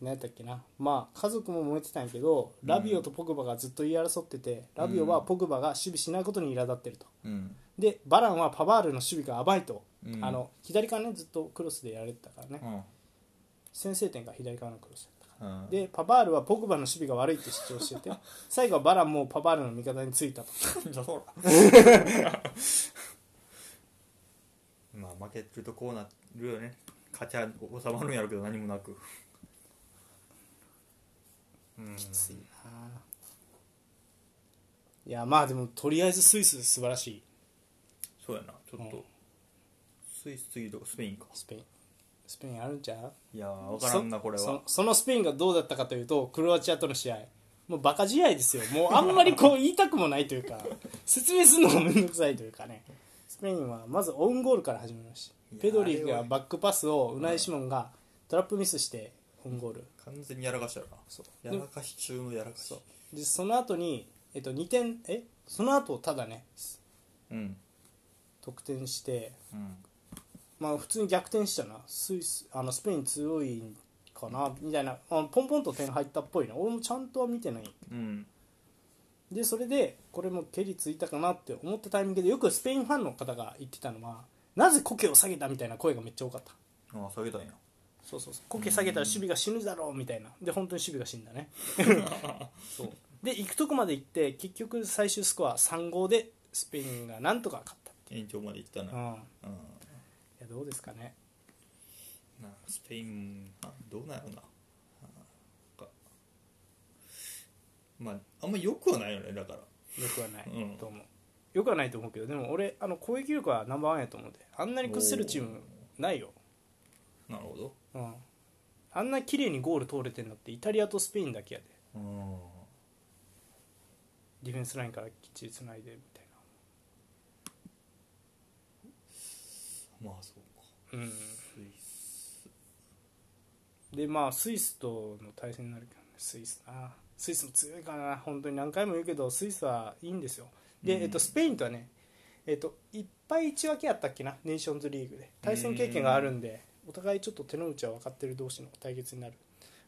何やったっけなまあ家族も燃えてたんやけどラビオとポグバがずっと言い争ってて、ラビオはポグバが守備しないことに苛立ってるとうん、でバランはパバールの守備が甘いと、うん、あの左からねずっとクロスでやられてたからね、うん先制点が左からのクロスだったかうんらでパバールはポグバの守備が悪いって主張して *laughs* て最後はバランもパバールの味方についたとじゃあそうだ *laughs* まあ負けるとこうなるよね勝ちは収まるんやろうけど何もなくうんきついないやまあでもとりあえずスイス素晴らしいそうやなちょっと、うんスイス次とかスペインかスペインスペインあるんちゃういやー分からんなそこれはそそのスペインがどうだったかというとクロアチアとの試合もうバカ試合ですよもうあんまりこう言いたくもないというか *laughs* 説明するのも面倒くさいというかねスペインはまずオウンゴールから始めましいやペドリあれはがねバックパスをウナイシモンがトラップミスしてオウンゴール完全にやらかしたよそうなやらかし中のやらかしそでその後にえっと2点えその後ただねうん得点してうんまあ普通に逆転したなスイスあのスペイン強いんかなみたいなあのポンポンと点入ったっぽいな俺もちゃんとは見てないうんでそれでこれも蹴りついたかなって思ったタイミングでよくスペインファンの方が言ってたのはなぜコケを下げたみたいな声がめっちゃ多かったああ下げたんやそうそうそうコケ下げたら守備が死ぬだろうみたいなで本当に守備が死んだね *laughs* そうで行くとこまで行って結局最終スコア3 5でスペインがなんとか勝っ延長までいったなた、うん、いうんやどうですかねなスペインあどうなんやろうなあなんかまああんま良くはないよねだからよくはないうんと思う、よくはないと思うけどでも俺あの攻撃力はナンバーワンやと思うであんなに崩せるチームないよ、なるほどうん、あんな綺麗にゴール通れてんのってイタリアとスペインだけやでうんディフェンスラインからきっちりつないでみたいまあそうかなうんスイスでまあスイスとの対戦になるけどねスイスなスイスも強いからな本当に何回も言うけどスイスはいいんですよで、うんえっと、スペインとはねえっといっぱい1分けやったっけなネーションズリーグで対戦経験があるんでお互いちょっと手の内は分かってる同士の対決になる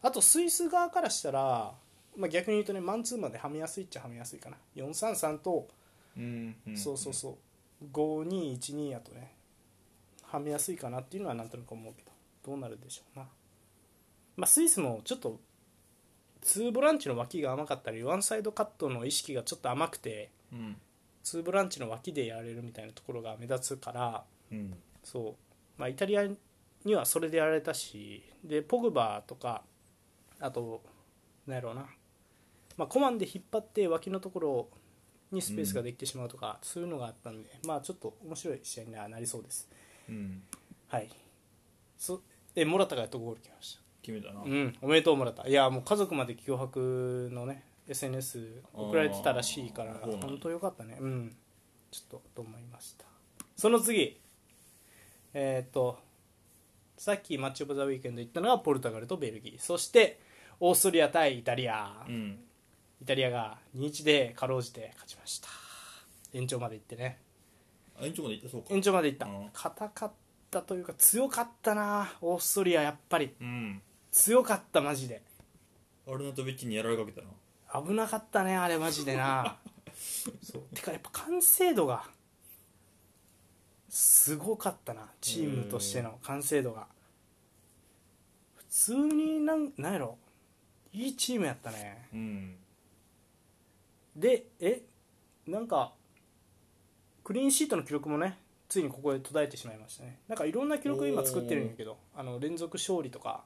あとスイス側からしたら、まあ、逆に言うとねマンツーまではめやすいっちゃはめやすいかな433とうん、そうそうそう5212やとねはめやすいかなっていうのはなんとなく思うけどどうなるでしょうな、まあ、スイスもちょっと2ボランチの脇が甘かったりワンサイドカットの意識がちょっと甘くてうん2ボランチの脇でやれるみたいなところが目立つからうんそう、まあ、イタリアにはそれでやられたしでポグバとかあとなんやろうな、まあ、コマンで引っ張って脇のところにスペースができてしまうとか、そういうのがあったんで、まあ、ちょっと面白い試合にはなりそうです。うんはいそえモラタがやっとゴール決めました決めたなうん、おめでとうもらったいやもう家族まで脅迫のね SNS 送られてたらしいからあーそうなんだ本当よかったねうんちょっとと思いましたその次えーっとさっきマッチ・オブ・ザ・ウィークエンド言ったのがポルトガルとベルギーそしてオーストリア対イタリア、うんイタリアが2 1でかろうじて勝ちました延長まで行ってねあ延長までいったそうか延長まで行った、うん硬かったというか強かったなオーストリアやっぱりうん強かったマジでアルナトビッチにやられかけたな危なかったねあれマジでなそうてかやっぱ完成度がすごかったなチームとしての完成度が普通になんなんやろいいチームやったねうんでえなんかクリーンシートの記録もねついにここで途絶えてしまいましたねなんかいろんな記録今作ってるんやけどあの連続勝利とか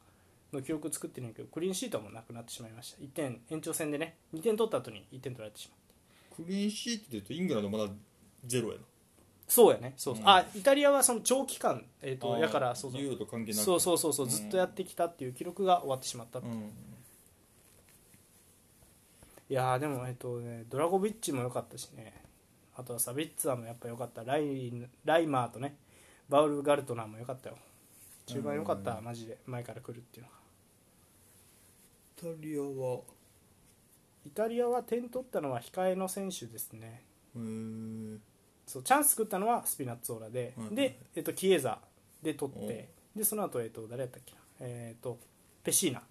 の記録作ってるんやけどクリーンシートはもうなくなってしまいました1点延長戦でね2点取った後に1点取られてしまうクリーンシートで言うとイングランドまだゼロやなそうやねそうそううんあイタリアはその長期間、えー、とやからそうそうユーロと関係なくそうそうそうそううんずっとやってきたっていう記録が終わってしまった、いんやーでも、えーとね、ドラゴビッチも良かったしねあとはサビッツァーもやっぱ良かったライライマーとねバウル・ガルトナーも良かったよ中盤良かった、マジで前から来るっていうのがイタリアはイタリアは点取ったのは控えの選手ですねへーそうチャンス作ったのはスピナッツオーラで、はいはいで、えっとキエザで取ってでその後、えっと誰やったっけな、えっとペシーナア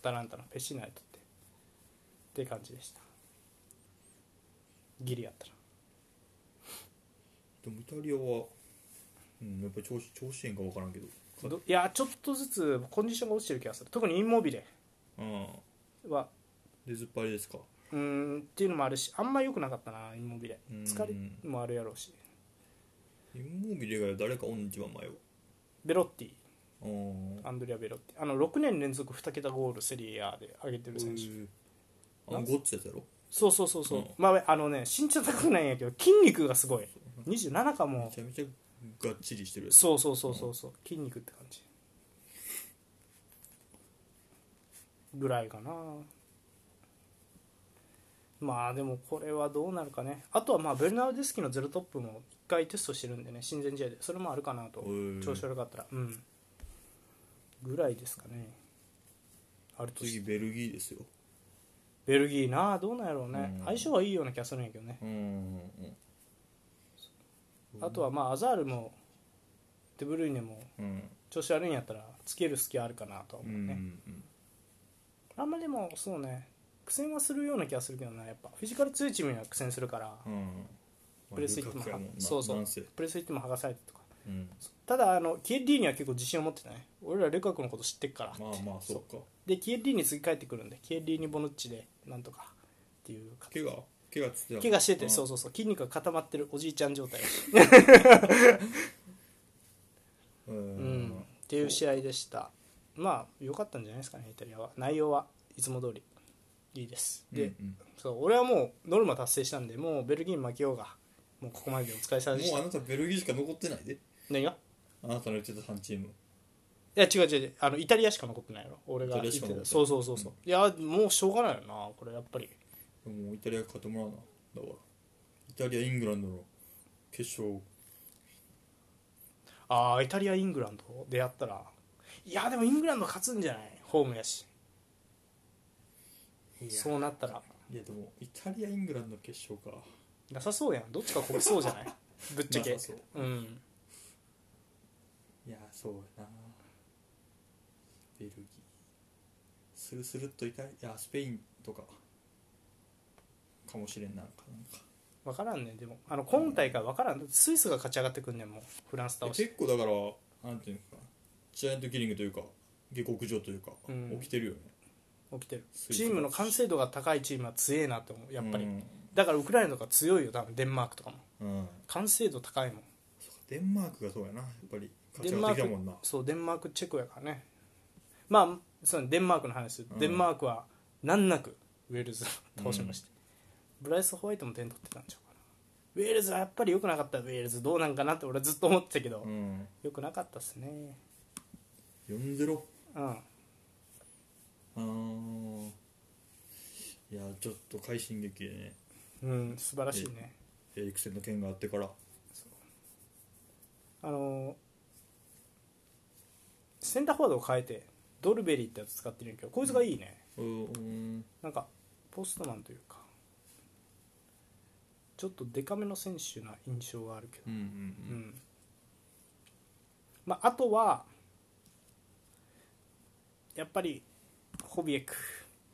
タランタのペシーナで取ってっていう感じでしたギリやったらでもイタリアはうんやっぱり調子調子ええんか分からんけどどいやちょっとずつコンディションが落ちてる気がする特にインモビレうんは出ずっぱりですかうーんっていうのもあるしあんま良くなかったなインモビレうん疲れもあるやろうしインモビレが誰かおん一番前はベロッティうんアンドリア・ベロッティあの6年連続2桁ゴールセリエ A で上げてる選手あのゴッツやつやろそうそうそうそう、うんまああのね身長高くないんやけど筋肉がすごい27かめもちゃめちゃがっちりしてるやつそうそうそうそうそう筋肉って感じぐらいかなまあでもこれはどうなるかねあとはまあベルナルデスキのゼロトップも1回テストしてるんでね親善試合でそれもあるかなとへえ調子悪かったらうんぐらいですかねあるとし次ベルギーですよベルギーなどうなんやろうねうん相性はいいような気がするんやけどねうんあとはまあアザールもデブルイネもうん調子悪いんやったらつける隙あるかなとはう思うね、んあんまでもそうね苦戦はするような気がするけどなやっぱフィジカル強いチームには苦戦するから、うんプレスいってもまあルカクやんなそうそうなんせプレスいっても剥がされてとかうんただあのキエッリーには結構自信を持ってたね俺らルカクのこと知ってっからってまあまあそうかでキエッリーに次帰ってくるんでキエッリーにボノッチでなんとかっていう形怪我怪我っつってた怪我しててんそうそうそう筋肉が固まってるおじいちゃん状態だしううんんっていう試合でしたまあ良かったんじゃないですかねイタリアは内容はいつも通りいいですで、うんそう俺はもうノルマ達成したんでもうベルギーに負けようがもうここまででお疲れ様うんでしもうたあなたベルギーしか残ってないで何があなたの言ってた3チームいや違う違う違うあのイタリアしか残ってないやろ俺がイタ言リアっしてか残ってなたいそうそうそうそう、いやもうしょうがないよなこれやっぱりでもイタリア勝ってもらうなだからイタリアイングランドの決勝ああイタリアイングランドでやったらいやでもイングランド勝つんじゃないホームやしそうなったらいやでもイタリアイングランドの決勝かなさそうやんどっちかこけそうじゃないぶっちゃけなさそううんいやそうやなベルギースルスルっとイタリアいやスペインとかかもしれんなんかなんか分からんねでもあの今大会分からんスイスが勝ち上がってくんねんもうフランス倒して結構だからなんていうんですかジャイアントキリングというか下克上というか、うん起きてるよね起きてるスイスチームの完成度が高いチームは強えなって思うやっぱり、うんだからウクライナとか強いよ多分デンマークとかもうん完成度高いもんデンマークがそうやなやっぱり勝デちン上マーがってきたもんなクそうデンマークチェコやからねまあそうねデンマークの話です、うんデンマークは難なくウェールズを *laughs* 倒しまして、ブライス・ホワイトも点取ってたんちゃうかなウェールズはやっぱり良くなかったウェールズどうなんかなって俺はずっと思ってたけど、うん良くなかったっすね4-0うんあーいやちょっと快進撃でねうん素晴らしいねエリクセンの件があってからあのーセンターフォワードを変えてドルベリーってやつ使ってるんやけどこいつがいいね、うんうんなんかポストマンというかちょっとデカめの選手な印象があるけどうんううんんまあ、あとはやっぱりホビエク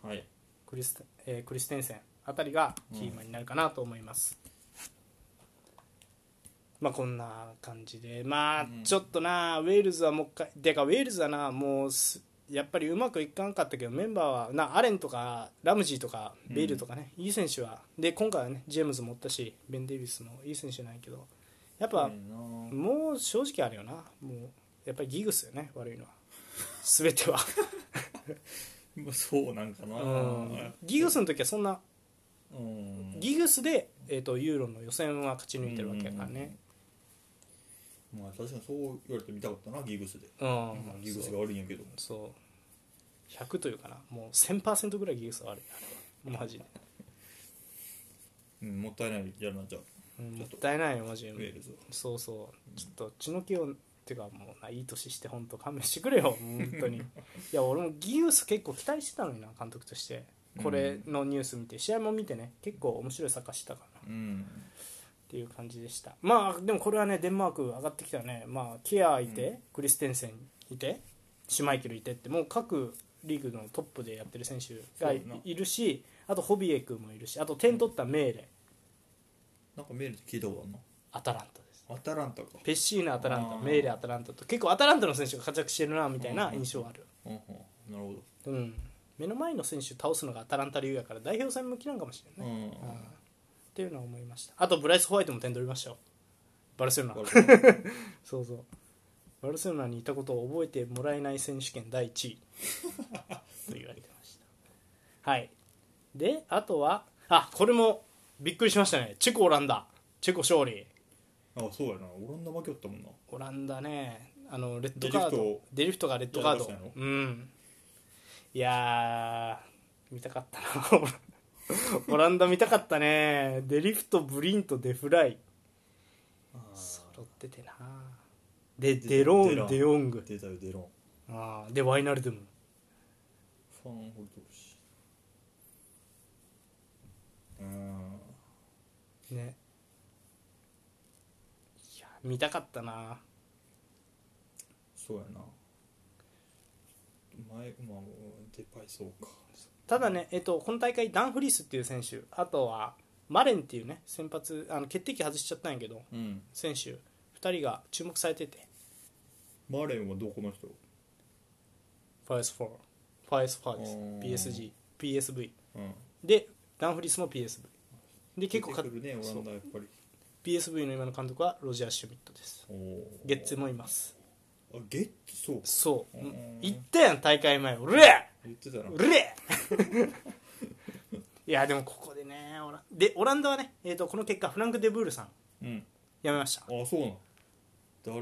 うんはいクリス,、えークリステンセンあたりがキーマンになるかなと思います、まあこんな感じでまあうんちょっとな、ウェールズはもう一回てかウェールズはなもうすやっぱりうまくいかんかったけどメンバーはなアレンとかラムジーとかうんベイルとかね、いい選手はで今回はねジェームズもおったしベン・デイビスもいい選手なんやけどやっぱ、いいなぁもう正直あるよなもうやっぱりギグスよね悪いのは全ては、ま *laughs* あそうなんかなうん、ギグスの時はそんなうんギグスで、えー、とユーロの予選は勝ち抜いてるわけだからねまあ確かにそう言われてみたかったなギグスで、うん、まあ、ギグスが悪いんやけどそうそう100というかなもう1000%ぐらいギグスは悪いあれはマジで、うんもったいないやるなじゃあうん、ちもょっっとたいないよマジでウェールズはそうそうちょっと血の気をてかもうないい年して本当勘弁してくれよ本 *laughs* 当にいや俺もギウス結構期待してたのにな監督としてこれのニュース見て試合も見てね結構面白いサッカーしてたからなっうんていう感じでしたまあでもこれはねデンマーク上がってきたねまあケアいて、うんクリステンセンいてシュマイケルいてってもう各リーグのトップでやってる選手がいそうやないるしあとホビエクもいるしあと点取ったメーレなんかメールで聞いたことあるなアタランタですアタランタかペッシーナ、アタランタあ、ーメーレ、アタランタと結構アタランタの選手が活躍してるなみたいなうん印象はある、うんうんなるほうん、目の前の選手倒すのがアタランタ流やから代表戦向きなんかもしれどなういね、んうんっていうのは思いましたあとブライス・ホワイトも点取りましたよバルセロナわかるそうそうバルセロナにいたことを覚えてもらえない選手権第1位と言われてましたはいであとはあこれもびっくりしましたねチェコ・オランダチェコ勝利あそうやなオランダ負けよったもんなオランダねあのレッドカーデリフトドをデリフトがレッドカーやドらかしたうんいやー見たかったな *laughs* オランダ見たかったねデリフトブリントデフライ揃っててなででデロデーロンンデヨング出たよデロンあーでワイナルドゥムファンホルトシうんねいや見たかったなそうやな前まあデパイそうかただね、えっと、この大会ダン・フリースっていう選手あとはマレンっていうね先発あの決定機外しちゃったんやけどうん選手2人が注目されててマーレンはどこの人 PS4、PS5 おーです PSG、PSV うんでダンフリースも PSV で結結構構かかるねオラそうンダやっぱり PSV の今の監督はロジャー・シュミットですゲッツェもいますあゲッツそうかそうおー言ったやん大会前うれえ言ってたなうれ *laughs* えいやでもここでねオランでオランダはね、えー、とこの結果フランク・デブールさんうん辞めましたあそうなん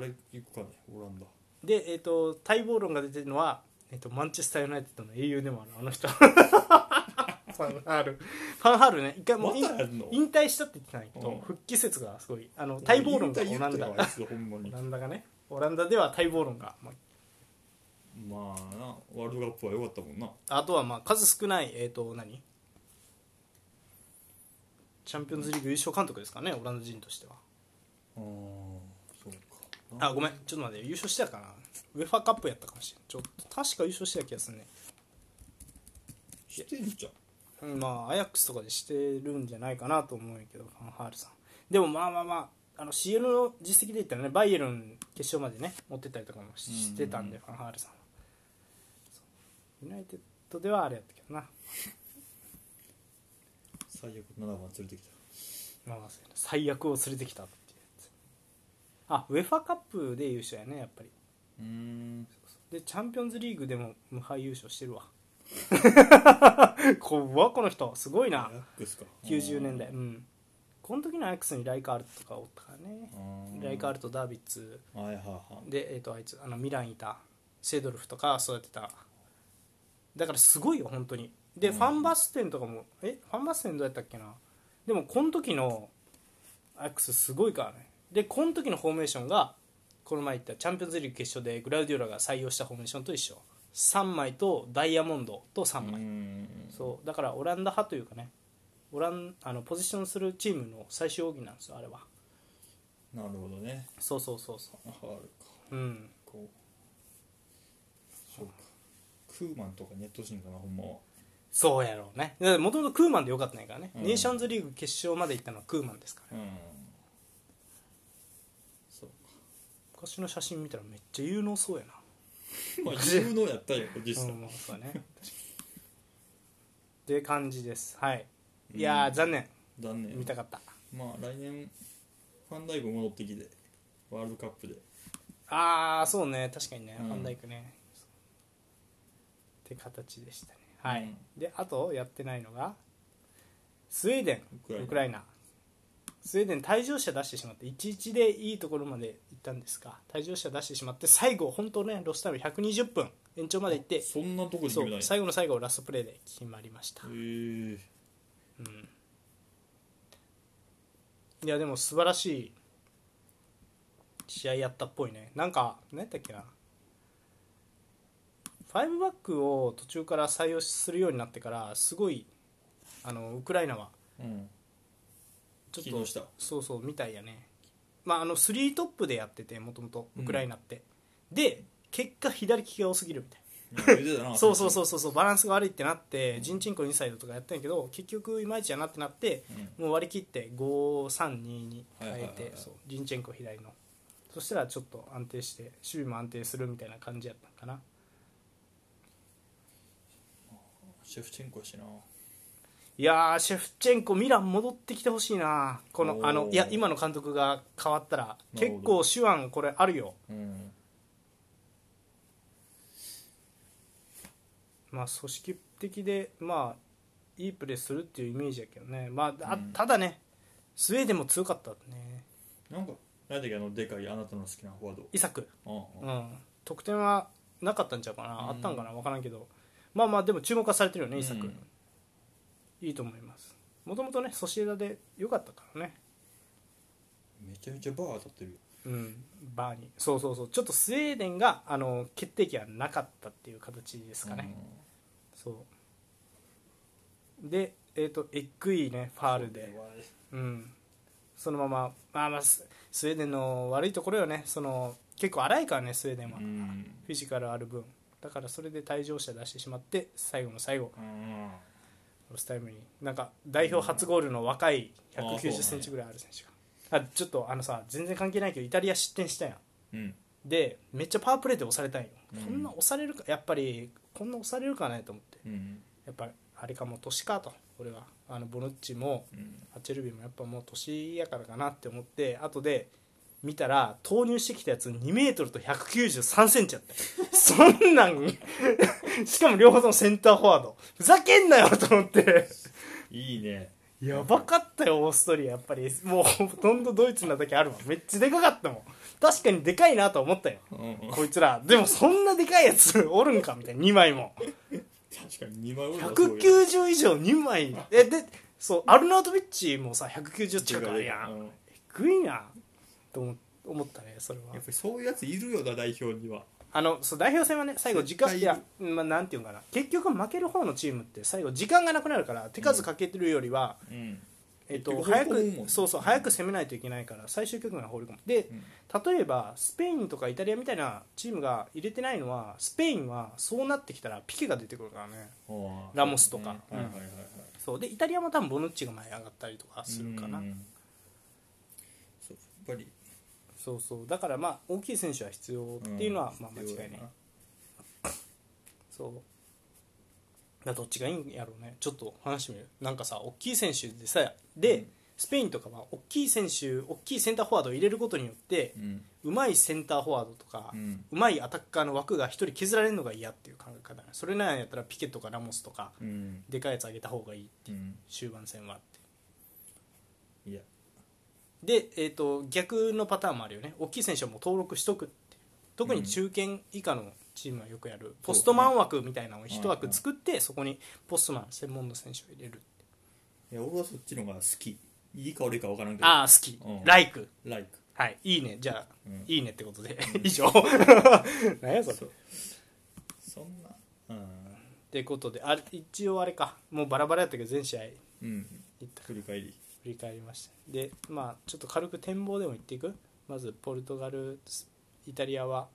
誰行くかねオランダで、えー、と待望論が出てるのは、えー、とマンチェスター・ユナイテッドの英雄でもあるあの人 *laughs* ファンハールファンハールね一回もうま引だやるの引退したって言ってたんやけど、うん復帰説がすごいあの待望論がオランダ言うた言うたよあいつほんまオにランダがねオランダでは待望論が、ままあなワールドカップは良かったもんなあ、あとはまあ数少ないえっ、と何チャンピオンズリーグ優勝監督ですかねオランダ人としてはあそうかあごめんちょっと待って優勝してたかなウェファーカップやったかもしれんちょっと確か優勝してた気がするねしてんじゃんうんまあアヤックスとかでしてるんじゃないかなと思うけどファンハールさんでもまあまあまああの CL の実績で言ったらねバイエルン決勝までね持ってったりとかもししてたんで、ファンハールさんはそうユナイテッドではあれやったけどな、最悪7番連れてきたまあまあそうやな最悪を連れてきたっていうやつあウェファカップで優勝やねやっぱりうーんでチャンピオンズリーグでも無敗優勝してるわ怖っこの人すごいアヤなックスか90年代うんこの時のアヤックスにライカールトとかおったからねあーライカールトダービッツはいはいはいで、えー、とあいつあのミランいたシェドルフとか育てただからすごいよ本当にで、うんファンバステンとかもえファンバステンどうやったっけなでもこの時のアヤックスすごいからねでこの時のフォーメーションがこの前言ったチャンピオンズリーグ決勝でグラウディオラが採用したフォーメーションと一緒3枚とダイヤモンドと3枚、うーんそうだからオランダ派というかねオランあのポジションするチームの最終奥義なんですよあれはなるほどねそうそうそうそハールかううんこうそうかクーマンとかネットシーンかなほんまはそうやろうねもともとクーマンでよかったんやからね、うんネーションズリーグ決勝まで行ったのはクーマンですから、うね、んそう昔の写真見たらめっちゃ有能そうやなか *laughs* まあ有能やったよ実う際んまあそうやね *laughs* 確かにって感じですはいいやー、残念残念見たかったまあ来年ファンダイブ戻ってきてワールドカップでああそうね確かにね、うんファンダイクねって形でしたねはい、うであとやってないのがスウェーデウクラインナウクライナスウェーデン退場者出してしまって1-1でいいところまで行ったんですが退場者出してしまって最後本当ねロスタイム120分延長まで行ってそんなとこで決そめないう最後の最後ラストプレーで決まりました、へーうんいやでも素晴らしい試合やったっぽいねなんか何やったっけな5バックを途中から採用するようになってからすごいあのウクライナはうんちょっ機能と *laughs* したそうそうみたいやねまああの3トップでやっててもともとウクライナって、で結果左利きが多すぎるみたいなそうそうそううそうそうバランスが悪いってなって、ジンチンコインサイドとかやったんやけど結局いまいちやなってなって、もう割り切って532に変えて、はいはいはいはいそうジンチェンコ左のそしたらちょっと安定して守備も安定するみたいな感じやったんかなシェフチェンコやしないやーシェフチェンコミラン戻ってきてほしいなこのおーあのいや今の監督が変わったらなる結ほど構手腕これあるようんまあ組織的でまあいいプレーするっていうイメージやけどねまああうんただねスウェーデンも強かったねなんか何だっけあのでかいあなたの好きなフォワードイサクうんうん、得点はなかったんちゃうかな、あったんかな分からんけどまあまあでも注目はされてるよね伊作、うんいいと思いますもともとねソシエダで良かったからねめちゃめちゃバー当たってるようんバーにそうそうそうちょっとスウェーデンがあの決定機がなかったっていう形ですかね、そうでえっ、とエッグイねファールでうん、そのまま、まあ、まあススウェーデンの悪いところよねその結構荒いからねスウェーデンは、うんフィジカルある分だからそれで退場者出してしまって最後の最後うんロスタイムになんか代表初ゴールの若いあそ1 9うなんや0ンチぐらいある選手があちょっとあのさ全然関係ないけどイタリア失点したやんうんでめっちゃパワープレーで押されたんよ、うんこんな押されるかやっぱりこんな押されるかねと思ってうんやっぱあれかもう年かと俺はあのボヌッチもうんアチェルビもやっぱもう年やからかなって思って後で見たら投入してきたやつ2メートルと1 9 3ンチやったよそんなん *laughs* しかも両方ともセンターフォワードふざけんなよと思っていいねやばかったよオーストリアやっぱりもうほとんどドイツなだけあるわめっちゃでかかったもん確かにでかいなと思ったようんうんこいつらでもそんなでかいやつ *laughs* おるんかみたいな2枚も確かに2枚多いわ190以上2枚えでそうアルナウトビッチもさ190そう近いうくあるやんうんグいなと思思ったねそれはやっぱりそういうやついるよな代表にはあのそう代表戦はね最後時間絶対いいやる、まあ、なんていうんかな結局負ける方のチームって最後時間がなくなるから手数かけてるよりは、うんえっと結局早放り込むもくんそうそう早く攻めないといけないから最終局面は放り込むで、例えばスペインとかイタリアみたいなチームが入れてないのはスペインはそうなってきたらピケが出てくるからねラモスとかはいはいはいはいそうでイタリアも多分ボヌッチが前上がったりとかするかな、うんそうやっぱりそうそうだからまあ大きい選手は必要っていうのはまあ間違いない、そうだからどっちがいいんやろうねちょっと話してみるなんかさ大きい選手でさで、うんスペインとかは大きい選手大きいセンターフォワードを入れることによってうんうまいセンターフォワードとか、うんうまいアタッカーの枠が1人削られるのが嫌っていう考え方だねそれなんやったらピケとかラモスとかうんでかいやつ上げた方がいいうん終盤戦はっていやで、えー、と逆のパターンもあるよね大きい選手はもう登録しとくって特に中堅以下のチームはよくやる、ポストマン枠みたいなのを一枠作って、そこにポストマン専門の選手を入れるっていや俺はそっちの方が好きいいか悪いか分からんけどああ好き、うんライクライクはいいいねじゃあ、うんいいねってことで *laughs* 以上何やそれそうそんなうんってことであれ一応あれかもうバラバラやったけど全試合いうんった振り返り振り返りましたでまあちょっと軽く展望でも言っていくまずポルトガルスイタリアは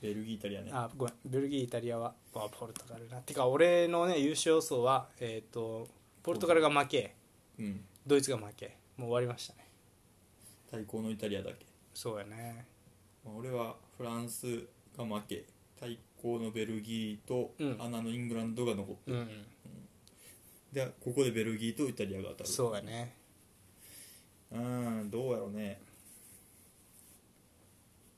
ベルギーイタリアねあごめんベルギーイタリアはあポルトガルなてか俺のね優勝予想はえっ、とポルトガルが負けうんドイツが負けもう終わりましたね対抗のイタリアだっけ、そうやねまあ、俺はフランスが負け対抗のベルギーとうん穴のイングランドが残って、うん、でここでベルギーとイタリアが当たるそうやねうんどうやろうね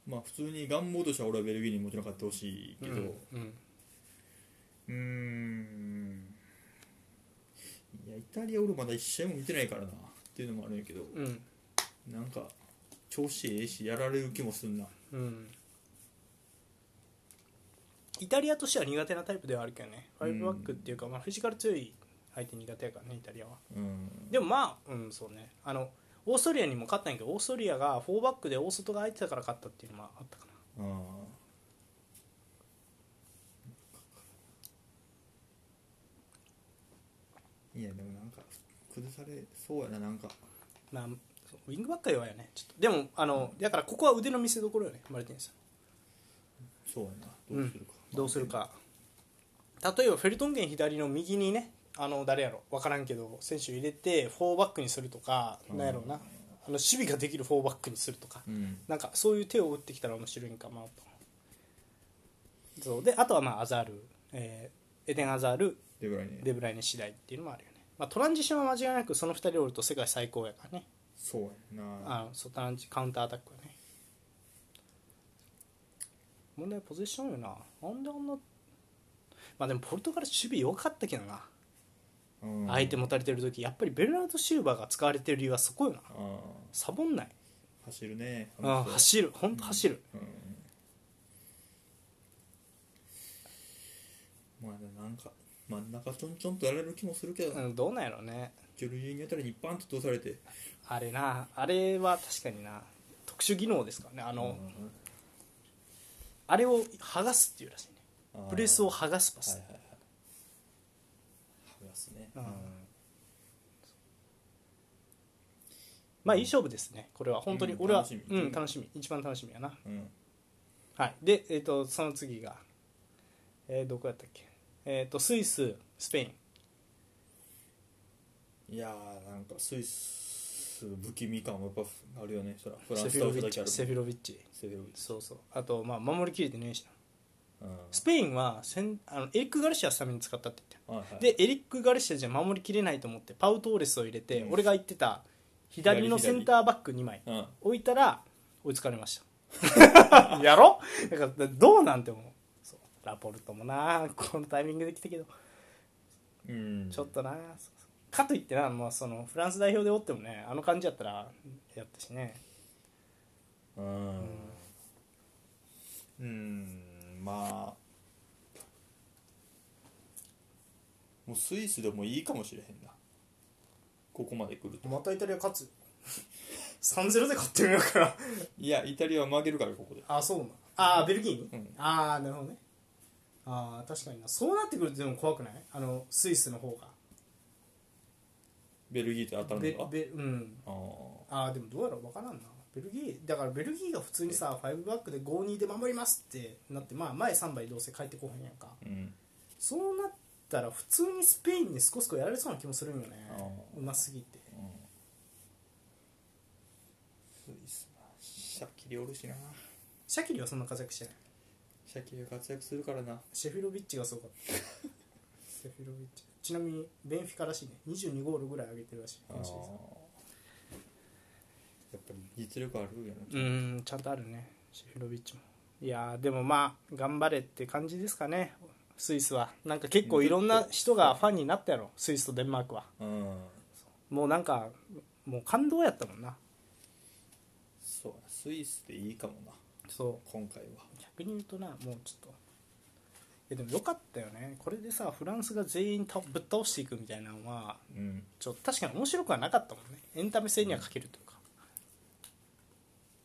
まあ普通に願望としては俺はベルギーにもちろん勝ってほしいけどうんうんうーんいやイタリア俺まだ1試合も見てないからなっていうのもあるんやけどうんなんか調子ええしやられる気もすんなうんイタリアとしては苦手なタイプではあるけどねファイブバックっていうか、まあ、フィジカル強い相手苦手やからねイタリアはうんでもまあうんそうねあのオーストリアにも勝ったんやけどオーストリアが4バックで大外が空いてたから勝ったっていうのもあったかなあーいやでもなんか崩されそうやななんかまあ、そうウィングばっかり弱いよねちょっとでもあの、だからここは腕の見せ所よねマルティネスそうやなどうするか、どうするか例えばフェルトンゲン左の右にねあの誰やろ分からんけど選手入れて4バックにするとか、なんやろうなあの守備ができる4バックにするとか、うんなんかそういう手を打ってきたら面白いんかなとそうであとはまあアザール、えーエデン・アザールデブライネデブライネ次第っていうのもあるよね、まあ、トランジションは間違いなくその2人おると世界最高やからねそうやんなあのトランジカウンターアタックはね問題はポゼッションよななんであんなまあでもポルトガル守備良かったけどな、うん相手持たれてる時やっぱりベルナード・シューバーが使われてる理由はそこよなあーサボんない走るねあの人走る本当走る、まあねなんか真ん中ちょんちょんとやられる気もするけど、うん、どうなんやろうねジョルジーニあたりにバンと通されてあれなあれは確かにな特殊技能ですからねあの、あれを剥がすっていうらしいねあープレスを剥がすパス、はいはいはい剥がすね、ううんんまあいい勝負ですねこれは本当にうん俺は楽しうみん、楽しみ一番楽しみやなうんはい、で、えー、とその次が、えーどこやったっけ、えー、とスイス、スペイン、いやーなんかスイス不気味感もやっぱあるよねそらフラセフンスィロ倒ビすッだけチ、あるセフィロビッチセフィロビッチそうそう、あと、まあ、守りきれてねえしな、うんスペインはせんあのエリック・ガルシアスタメンに使ったって言っはいはいたよ、で、エリック・ガルシアじゃ守りきれないと思って、パウ・トーレスを入れて、うん俺が言ってた左のセンターバック2枚うん置いたら、追いつかれました。 *laughs* やろだから、どうなんて思う。そうラポルトもなこのタイミングで来たけどうんちょっとなかといってな、まあ、そのフランス代表でおってもねあの感じやったらやったしねうん、うん、まあもうスイスでもいいかもしれへんなここまで来るとまたイタリア *laughs* 勝つ3-0で勝ってるんやからいやイタリアは負けるからここで *laughs* あそうなああベルギーに、うんああなるほどねああ確かになそうなってくるとでも怖くないあのスイスの方ベルギーと当がたべるのかべうんあああでもどうやろう分からんなベルギーだからベルギーが普通にさ5バックで5-2で守りますってなってまあ前3倍どうせ帰ってこへんやんかーうんそうなったら普通にスペインにスコスコやられそうな気もするんよねあーうますぎてそうですなシャキリおるしなシャキリはそんな活躍してないシャキリが活躍するからなシェフィロビッチがすごかった *laughs* シェフィロビッチちなみにベンフィカらしいね22ゴールぐらい上げてるらしいあ今シーズンやっぱり実力あるような、ーんちゃんとあるねシェフロビッチもいやーでもまあ頑張れって感じですかねスイスはなんか結構いろんな人がファンになったやろスイスとデンマークはうんもうなんかもう感動やったもんなそうやスイスでいいかもなそ今回はう逆に言うとなもうちょっといやでもよかったよねこれでさフランスが全員たぶっ倒していくみたいなのはうんちょっと確かに面白くはなかったもんねエンタメ性には欠けるというか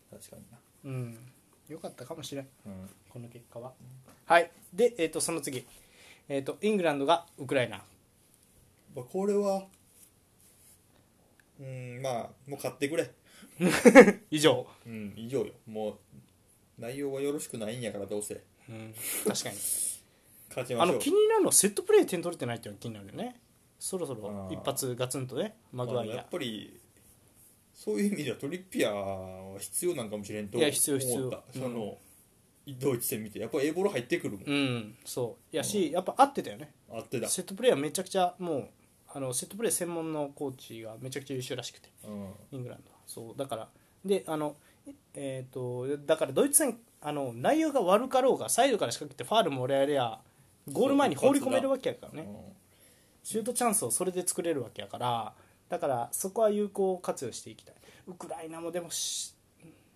確かになうんよかったかもしれんうんこの結果は、はいで、えー、とその次、えー、とイングランドがウクライナまあこれはうんまあもう買ってくれ以上、うん以上よもう内容はよろしくないんやからどうせうん、確かに勝ちまあしょうの気になるのはセットプレーで点取れてないっていうのが気になるよねそろそろあー一発ガツンとねマグまワあイやアっぱりそういう意味ではトリッピアーは必要なんかもしれんといや必要必要思ったその、ドイツ戦見てやっぱ A ボール入ってくるもん、うんそうやし、やっぱ合ってたよねあってだ、セットプレーはめちゃくちゃもうあのセットプレー専門のコーチがめちゃくちゃ優秀らしくてうん、イングランドはそうだからであのえっ、とだからドイツ戦あの内容が悪かろうがサイドから仕掛けてファールも俺やりゃゴール前に放り込めるわけやからね、シュートチャンスをそれで作れるわけやからだからそこは有効活用していきたいウクライナもでもし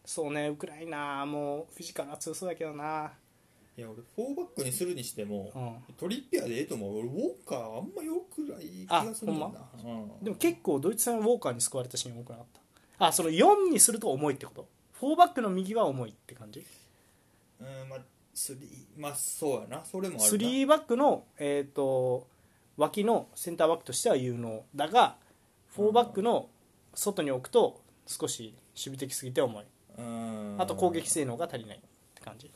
そうねウクライナもフィジカルは強そうだけどないや俺フォーバックにするにしても、うんトリッピアーでええと思う俺ウォーカーあんまよくない気がするんだよな、うん、でも結構ドイツ戦ウォーカーに救われたシーン多くなかったあその4にすると重いってこと4バックの右は重いって感じうんまあスリーまあそうやなそれもあるな3バックの、えー、と脇のセンターバックとしては有能だが4バックの外に置くと少し守備的すぎて重いうんあと攻撃性能が足りないって感じ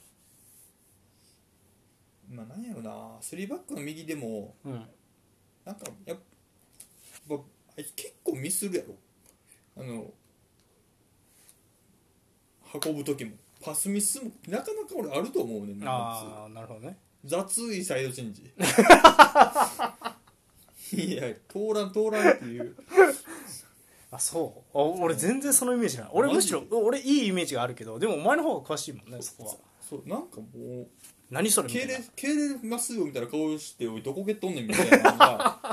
まあなんやろな3バックの右でもうんなんかやっぱあいつ結構ミスるやろあの運ぶ時もパスミスもなかなか俺あると思うねんなああなるほどね雑いサイドチェ *laughs* ンジいや通らん通らんっていうあそうあ俺全然そのイメージない俺むマしジろ俺いいイメージがあるけどでもお前の方が詳しいもんねそこはそうなんかもう何それみた敬いな礼敬礼ますよみたいな顔しておいどこ蹴っとんねんみたいなのがやっ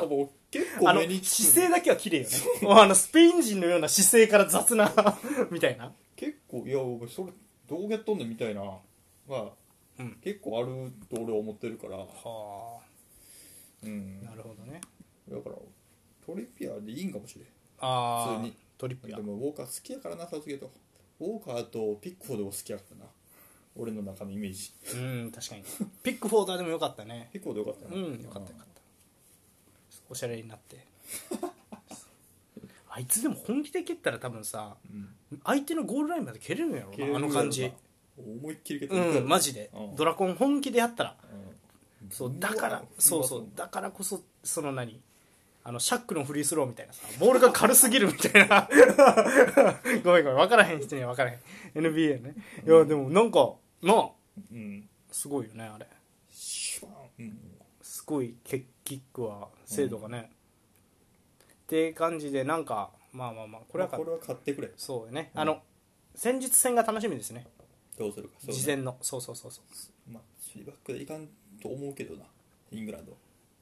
ぱ俺結構あの目につく姿勢だけは綺麗よね *laughs* もうあのスペイン人のような姿勢から雑な *laughs* みたいな結構いやお前それどこ蹴っとんねんみたいなまあ、うん結構あると俺は思ってるからはうんあなるほどねだからトリッピアーでいいんかもしれんああ普通にトリップやでもウォーカー好きやからなさすがとウォーカーとピックフォードも好きやからな俺の中のイメージうん確かにピックフォーダーでもよかったねピックフォードよかったうなんよかったよかったおしゃれになって *laughs* あいつでも本気で蹴ったら多分さうん相手のゴールラインまで蹴れるんやろ蹴れるなあの感じやろな思いっきり蹴ってうんマジで、うんドラコン本気でやったらうんそうだからわそうそうわだからこそその何あのシャックのフリースローみたいなさボールが軽すぎるみたいな *laughs* ごめんごめん分からへん人には分からへん NBA ねいやでもなんかなあうんすごいよねあれシュワンうんすごいキックは精度がね、って感じでなんかまあまあまあここれれははかこれは買ってくれそうよね、うんあの戦術戦が楽しみですねどうするかそうね事前のそうそうそうそうまあ3バックでいかんと思うけどなイングランド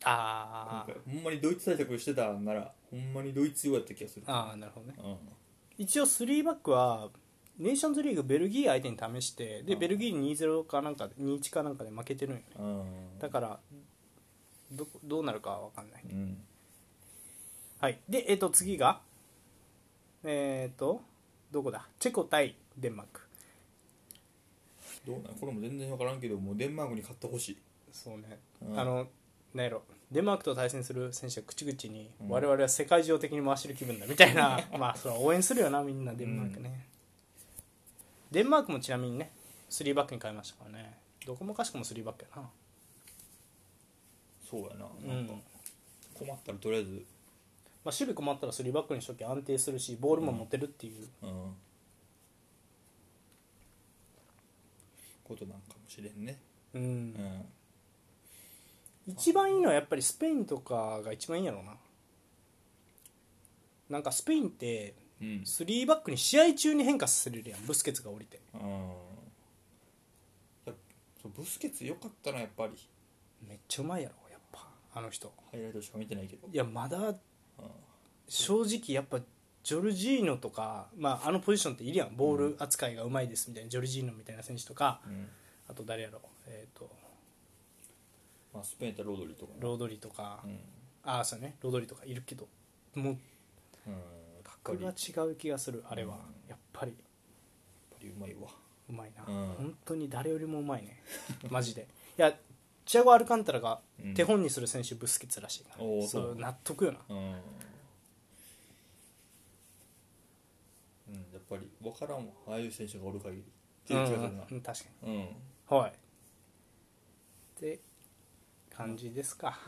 あーほんまにドイツ対策してたんならほんまにドイツ用やった気がするあーなるほどねうん一応3バックはネーションズリーグベルギー相手に試してでうんベルギーに2-0かなんかで2-1かなんかで負けてるんよねうんだからどどうなるかは分かんない、うんはいでえっ、と次がえっ、とどこだチェコ対デンマークどうなんこれも全然分からんけどもうデンマークに勝ってほしいそうね、うんあのなんやろデンマークと対戦する選手は口々に、うん我々は世界中的に回してる気分だみたいな *laughs* まあそれは応援するよなみんなデンマークね、デンマークもちなみにね3バックに変えましたからねどこもかしこも3バックやなそうやなうなんんか困ったらとりあえず、まあ、守備困ったら3バックにしときゃ安定するしボールも持てるっていう、うん、ことなんかもしれんねうんうん一番いいのはやっぱりスペインとかが一番いいんやろうななんかスペインってうん3バックに試合中に変化されるやんブスケツが降りてうんやっそうブスケツ良かったなやっぱりめっちゃうまいやろやっぱあの人ハイライトしか見てないけどいやまだ正直やっぱジョルジーノとか、まあ、あのポジションっているやんボール扱いがうまいですみたいなジョルジーノみたいな選手とかうんあと誰やろ、えー、とまあ、スペインやったらロドリとかなロードリとか、うんああそうねロードリとかいるけどもううんかっこ格いいやがっ違う気がするあれは、うやっぱりぱりうまいわうまいな、うん本当に誰よりもうまいねマジでいやチアゴ・アルカンタラがうん手本にする選手ブスケツらしいな、おーそそうう納得よなうん、うん、やっぱり分からんわああいう選手がおる限りっていう気がするなうんうん、確かうん、うんにはいって感じですか、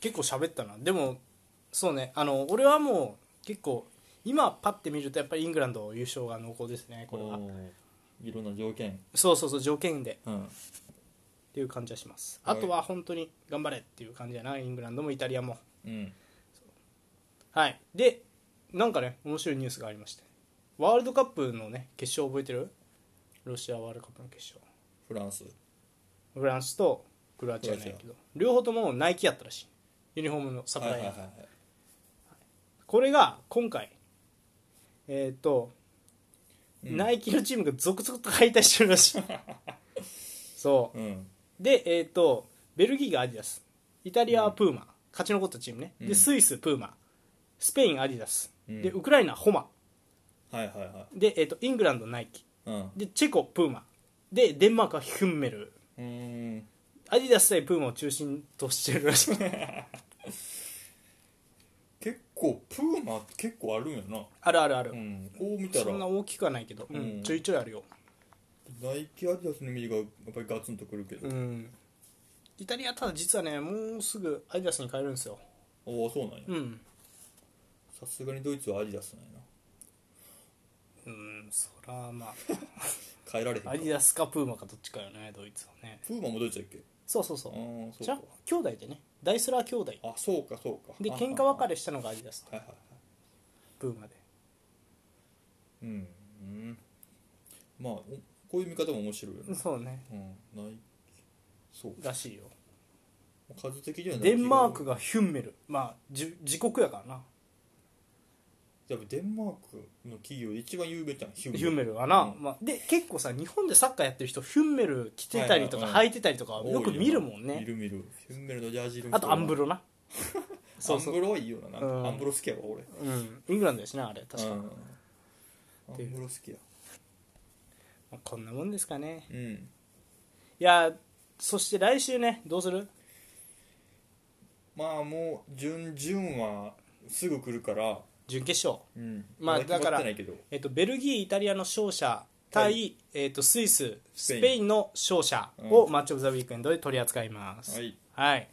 結構喋ったなでもそうねあの俺はもう結構今パッて見るとやっぱりイングランド優勝が濃厚ですねこれはおーいろんな条件そうそうそう条件でうんっていう感じはしますはあいとは本当に頑張れっていう感じやなイングランドもイタリアもうんはいでなんかね面白いニュースがありましてワールドカップのね決勝覚えてるロシアワールドカップの決勝フランスフランスとクロアチアなんやけど両方ともナイキやったらしいユニフォームのサプはいライはヤいー、はいはいこれが今回えっ、と、うんナイキのチームが続々と敗退してるら *laughs* しいそうんうでえっ、とベルギーがアディダスイタリアはプーマ、勝ち残ったチームね、うでんスイスプーマスペインアディダス、うんでウクライナホマはいはいはで、えー、とイングランドナイキいうんでチェコプーマでデンマークはヒュンメルうーんアディダス対プーマを中心としてるら *laughs* しい結構プーマ結構あるんやなあるあるある、うんこう見たそらんな大きくはないけど、うんうんちょいちょいあるよナイキアディダスの見りがやっぱりガツンとくるけど、うんイタリアただ実はねもうすぐアディダスに変えるんですよおおそうなんやうんさすがにドイツはアディダスなんやなうんそらま変えられへんあかアディダスかプーマかどっちかよねドイツはねプーマもドイツだっけそうそうそあうあそうじゃかあ兄弟でねダイスラー兄弟あそうかそうかであ喧嘩別れしたのがアディダスとああはいはいはいプーマでうん、うん、まあおこういう見方も面白いよねそうねうんないそうらしいよ数的にはデンマークががヒュンメルまあじ自国やからなやっぱデンマークの企業で一番有名じゃんヒュヒュンメルはな、まあ、で結構さ日本でサッカーやってる人ヒュンメル着てたりとかはいはい履いてたりとか多いよく見るもん見ねる見るヒュンメルのジャージ色あとアンブロロなそうアそンうブロはいいよななんかうんアンブロ好きやわ俺うんイングランドやしなあれ確か、うまんアていうンブロ好きやあこんなもんですかねうんいやそして来週ねどうするまあもう準々はすぐ来るから準決勝うんまあまだ決だからまってないけどえっとベルギーイタリアの勝者対、はいえっとスイスススペインペインの勝者をマッチオブザウィークエンドで取り扱います、はいはい、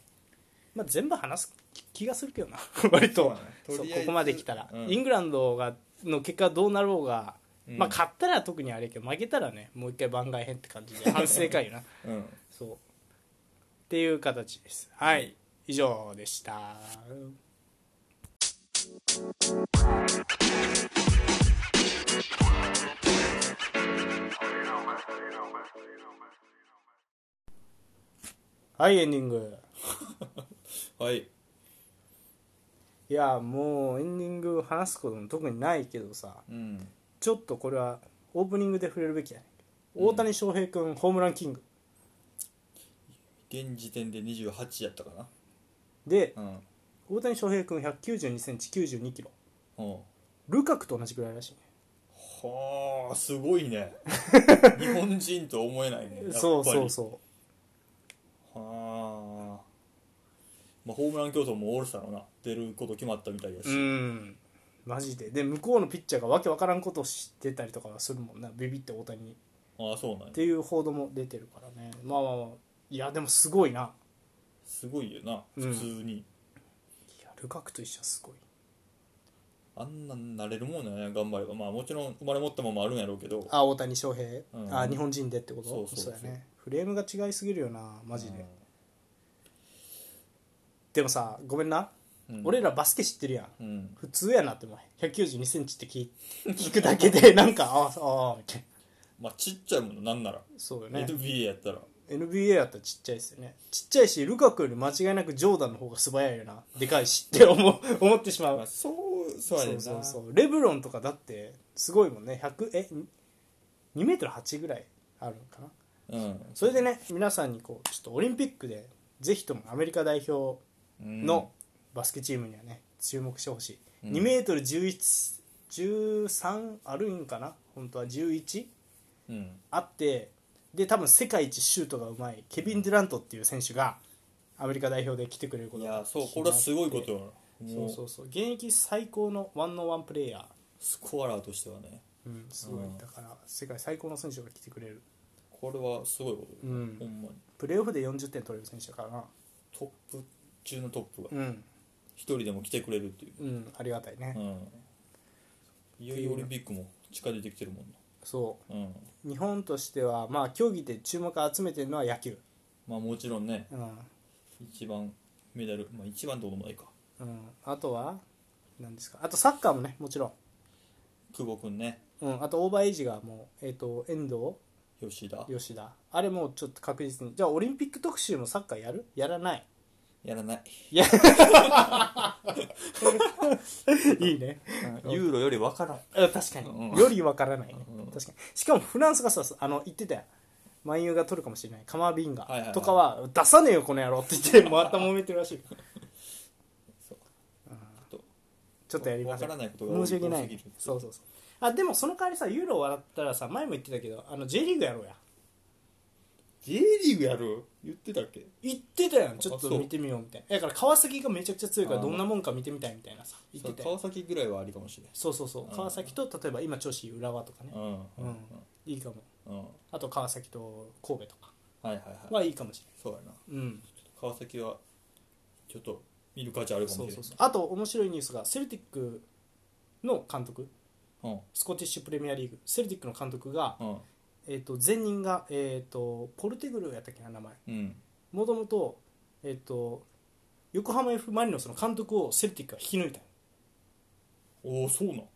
まあ、全部話す気がするけど *laughs* な割とそうだねとりあえずそうここまで来たら、うんイングランドがの結果どうなろうが、うんまあ、勝ったら特にあれやけど負けたらねもう一回番外編って感じで反省会よ *laughs* なうんそうっていう形ですはい、以上でしたはいエンディングはいいやもうエンディング話すことも特にないけどさうんちょっとこれはオープニングで触れるべきだね大谷翔平君、ホームランキング現時点で28やったかなでうん大谷翔平君1 9 2センチ9 2キロうんルカクと同じくらいらしいねはあすごいね *laughs* 日本人とは思えないねやっぱりそうそうそうはあまあホームラン競争もオールスターのな出ること決まったみたいやし、うんマジでで向こうのピッチャーがわけわからんことをしてたりとかはするもんなビビって大谷にっああそうなんやていう報道も出てるからねまあまあまあいやでもすごいなすごいよなうん普通に、いやルカクと一緒はすごいあんなになれるもんね頑張ればまあもちろん生まれ持ったままあるんやろうけどあ大谷翔平、うんあ日本人でってことそうそうそうやねフレームが違いすぎるよなマジで、でもさごめんな、うん俺らバスケ知ってるやんうん普通やなって思う1 9 2ンチって聞聞くだけでなんかああああみたいなまあちっちゃいものなんなら、そうよね NBA やったら NBA やったらちっちゃいですよねちっちゃいしルカクより間違いなくジョーダンの方が素早いよなでかいしって思う *laughs* 思ってしまう、まあそうそうやそねんうなそうそうレブロンとかだってすごいもんね100え2メートル8ぐらいあるのかなうんそれでね皆さんにこうちょっとオリンピックでぜひともアメリカ代表のバスケチームにはね注目してほしい、うん2メートル11 13あるんかな本当は11うんあってで多分世界一シュートがうまいケビン・デュラントっていう選手がアメリカ代表で来てくれるこいとやがそうこれはすごいことよそもううそうそう現役最高のワンのワンプレイヤースコアラーとしてはねうん、すごい、うんだから世界最高の選手が来てくれる、これはすごいことうよ、ほん、んまにプレーオフで40点取れる選手だからなトップ中のトップがうん、一人でも来てくれるっていう、うん、ありがたいね、うん、いよいよオリンピックも近づいてきてるもんそな、うん、う日本としてはまあ競技で注目を集めてるのは野球まあもちろんねうん、一番メダル、まあ、一番どの前かうん、あとは何ですかあとサッカーもねもちろん、久保君ねうん、あとオーバーエイジがもうえっ、と遠藤吉田吉田あれもうちょっと確実にじゃあオリンピック特集もサッカーやるやら *laughs* ないやらないいいねユーロより分からんあ *laughs* 確かに、うんよりわからないね、うん確かにしかもフランスがさあの言ってたよ万有が取るかもしれないカマービンガはいはいはいとかは出さねえよこの野郎って言ってまた揉めてるらしい *laughs* そううんちょっとやりま分しょかうらないことが申し訳な多すぎいるそうそうそうあでもその代わりさユーロ終わったらさ前も言ってたけどあの J リーグやろうや J リーグやる言ってたっけ言ってたやんちょっあとそう見てみようみたいなだから川崎がめちゃくちゃ強いからあーどんなもんか見てみたいみたいなさ言っそてうたよ川崎ぐらいはありかもしれないそうそうそううん川崎と例えば今調子いい浦和とかねうんうん、うんいいかもうんはあと川崎と神戸とかいはいはいはいいかもしれないそうやなうん、川崎はちょっと見る価値あるかそもうしれそうないそうあと面白いニュースがセルティックの監督うんスコティッシュプレミアリーグセルティックの監督が、うんえー、と前任が、えー、とポルテグルやったっけな名前うんもともと,、えー、と横浜 F ・マリノスの監督をセルティックが引き抜いたのおおそうなん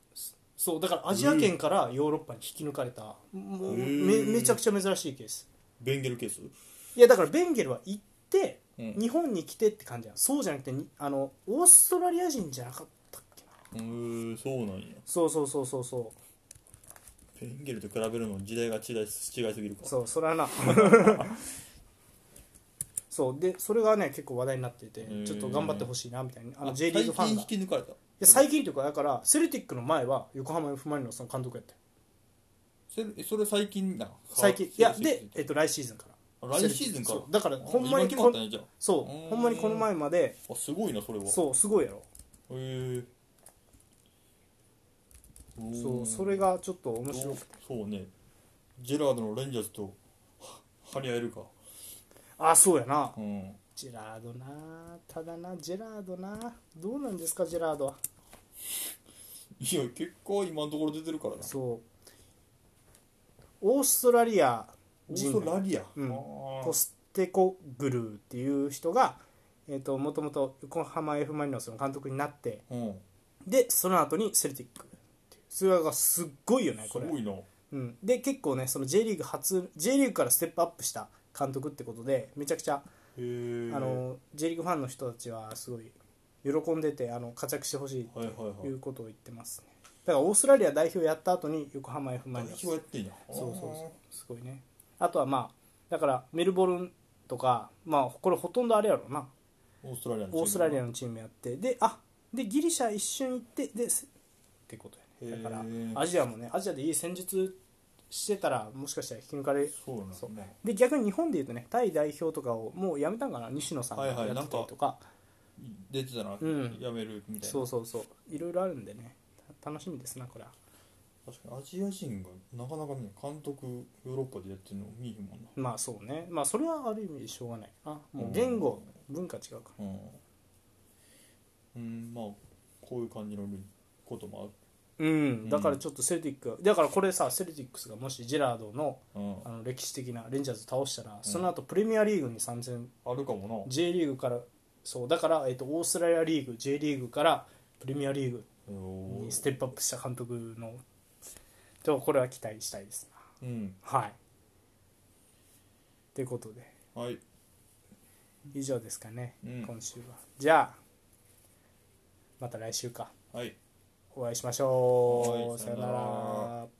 そうだからアジア圏からヨーロッパに引き抜かれた、もうへめーめちゃくちゃ珍しいケースベンゲルケースいやだからベンゲルは行ってうん日本に来てって感じなのそうじゃなくてにあのオーストラリア人じゃなかったっけなうーんそうなんやそうそうそうそうそうペンゲルと比べるの時代が違い違いすぎるかそうそれは *laughs* なそうでそれがね結構話題になっててーちょっと頑張ってほしいなみたいなあのあ J リーグファンが最近引き抜かれたいや最近というかだからセルティックの前は横浜 F ・マリノスの監督やってそれそれ最近な最近いやで、えっと、来シーズンからあ来シーズンからそうだからあほんまに今決まこったねじゃそううーんほんまにこの前までああすごいなそれはそうすごいやろうへえそうそれがちょっと面白くてそうねジェラードのレンジャーズとは張り合えるかあそうやなうんジェラードなただなジェラードなどうなんですかジェラードはいや結構今のところ出てるからなそうオーストラリアオー人ストラリア、うんあコーステコグルーっていう人がえーともともと横浜 F ・マリノスの監督になってうんでその後にセルティックっていうそれがすっごいよねすこれ、ごいなうん、で結構ねその J リーグ初 J リーグからステップアップした監督ってことでめちゃくちゃへえあの J リーグファンの人たちはすごい喜んでてあの活躍してほしいはいはいといはうことを言ってますねだからオーストラリア代表やった後に横浜 F ・マいリ代ノス表やってんやそうそうそうすごいねあとはまあだからメルボルンとかまあこれほとんどあれやろうなオーストラリアのチームオーストラリアのチームやってであでギリシャ一瞬行ってですってことやねだからへーアジアもねアジアでいい戦術してたらもしかしたら引き抜かれそうなんだそうまあで逆に日本でいうとねタイ代表とかをもうやめたんかな西野さんがはやいっはいてたりとか,、出てたらうんやめるみたいな、そうそうそういろいろあるんでねた楽しみですなこれは確かにアジア人がなかなかね監督ヨーロッパでやってるの見えへんもんなまあそうねまあそれはある意味しょうがないあもううん言語、文化違うからうん、うん、まあこういう感じのこともうん、だからちょっとセルティック、だからこれさセルティックスがもしジェラードのある、うんあの歴史的なレンジャーズ倒したら、その後プレミアリーグに参戦あるかも J リーグからそうだから、えっとオーストラリアリーグ J リーグからプレミアリーグなおにーステップアップした監督のとこれは期待したいですうんはいということではい、以上ですかね、うん、今週はじゃあまた来週かはいお会いしましょはういさよなさよなら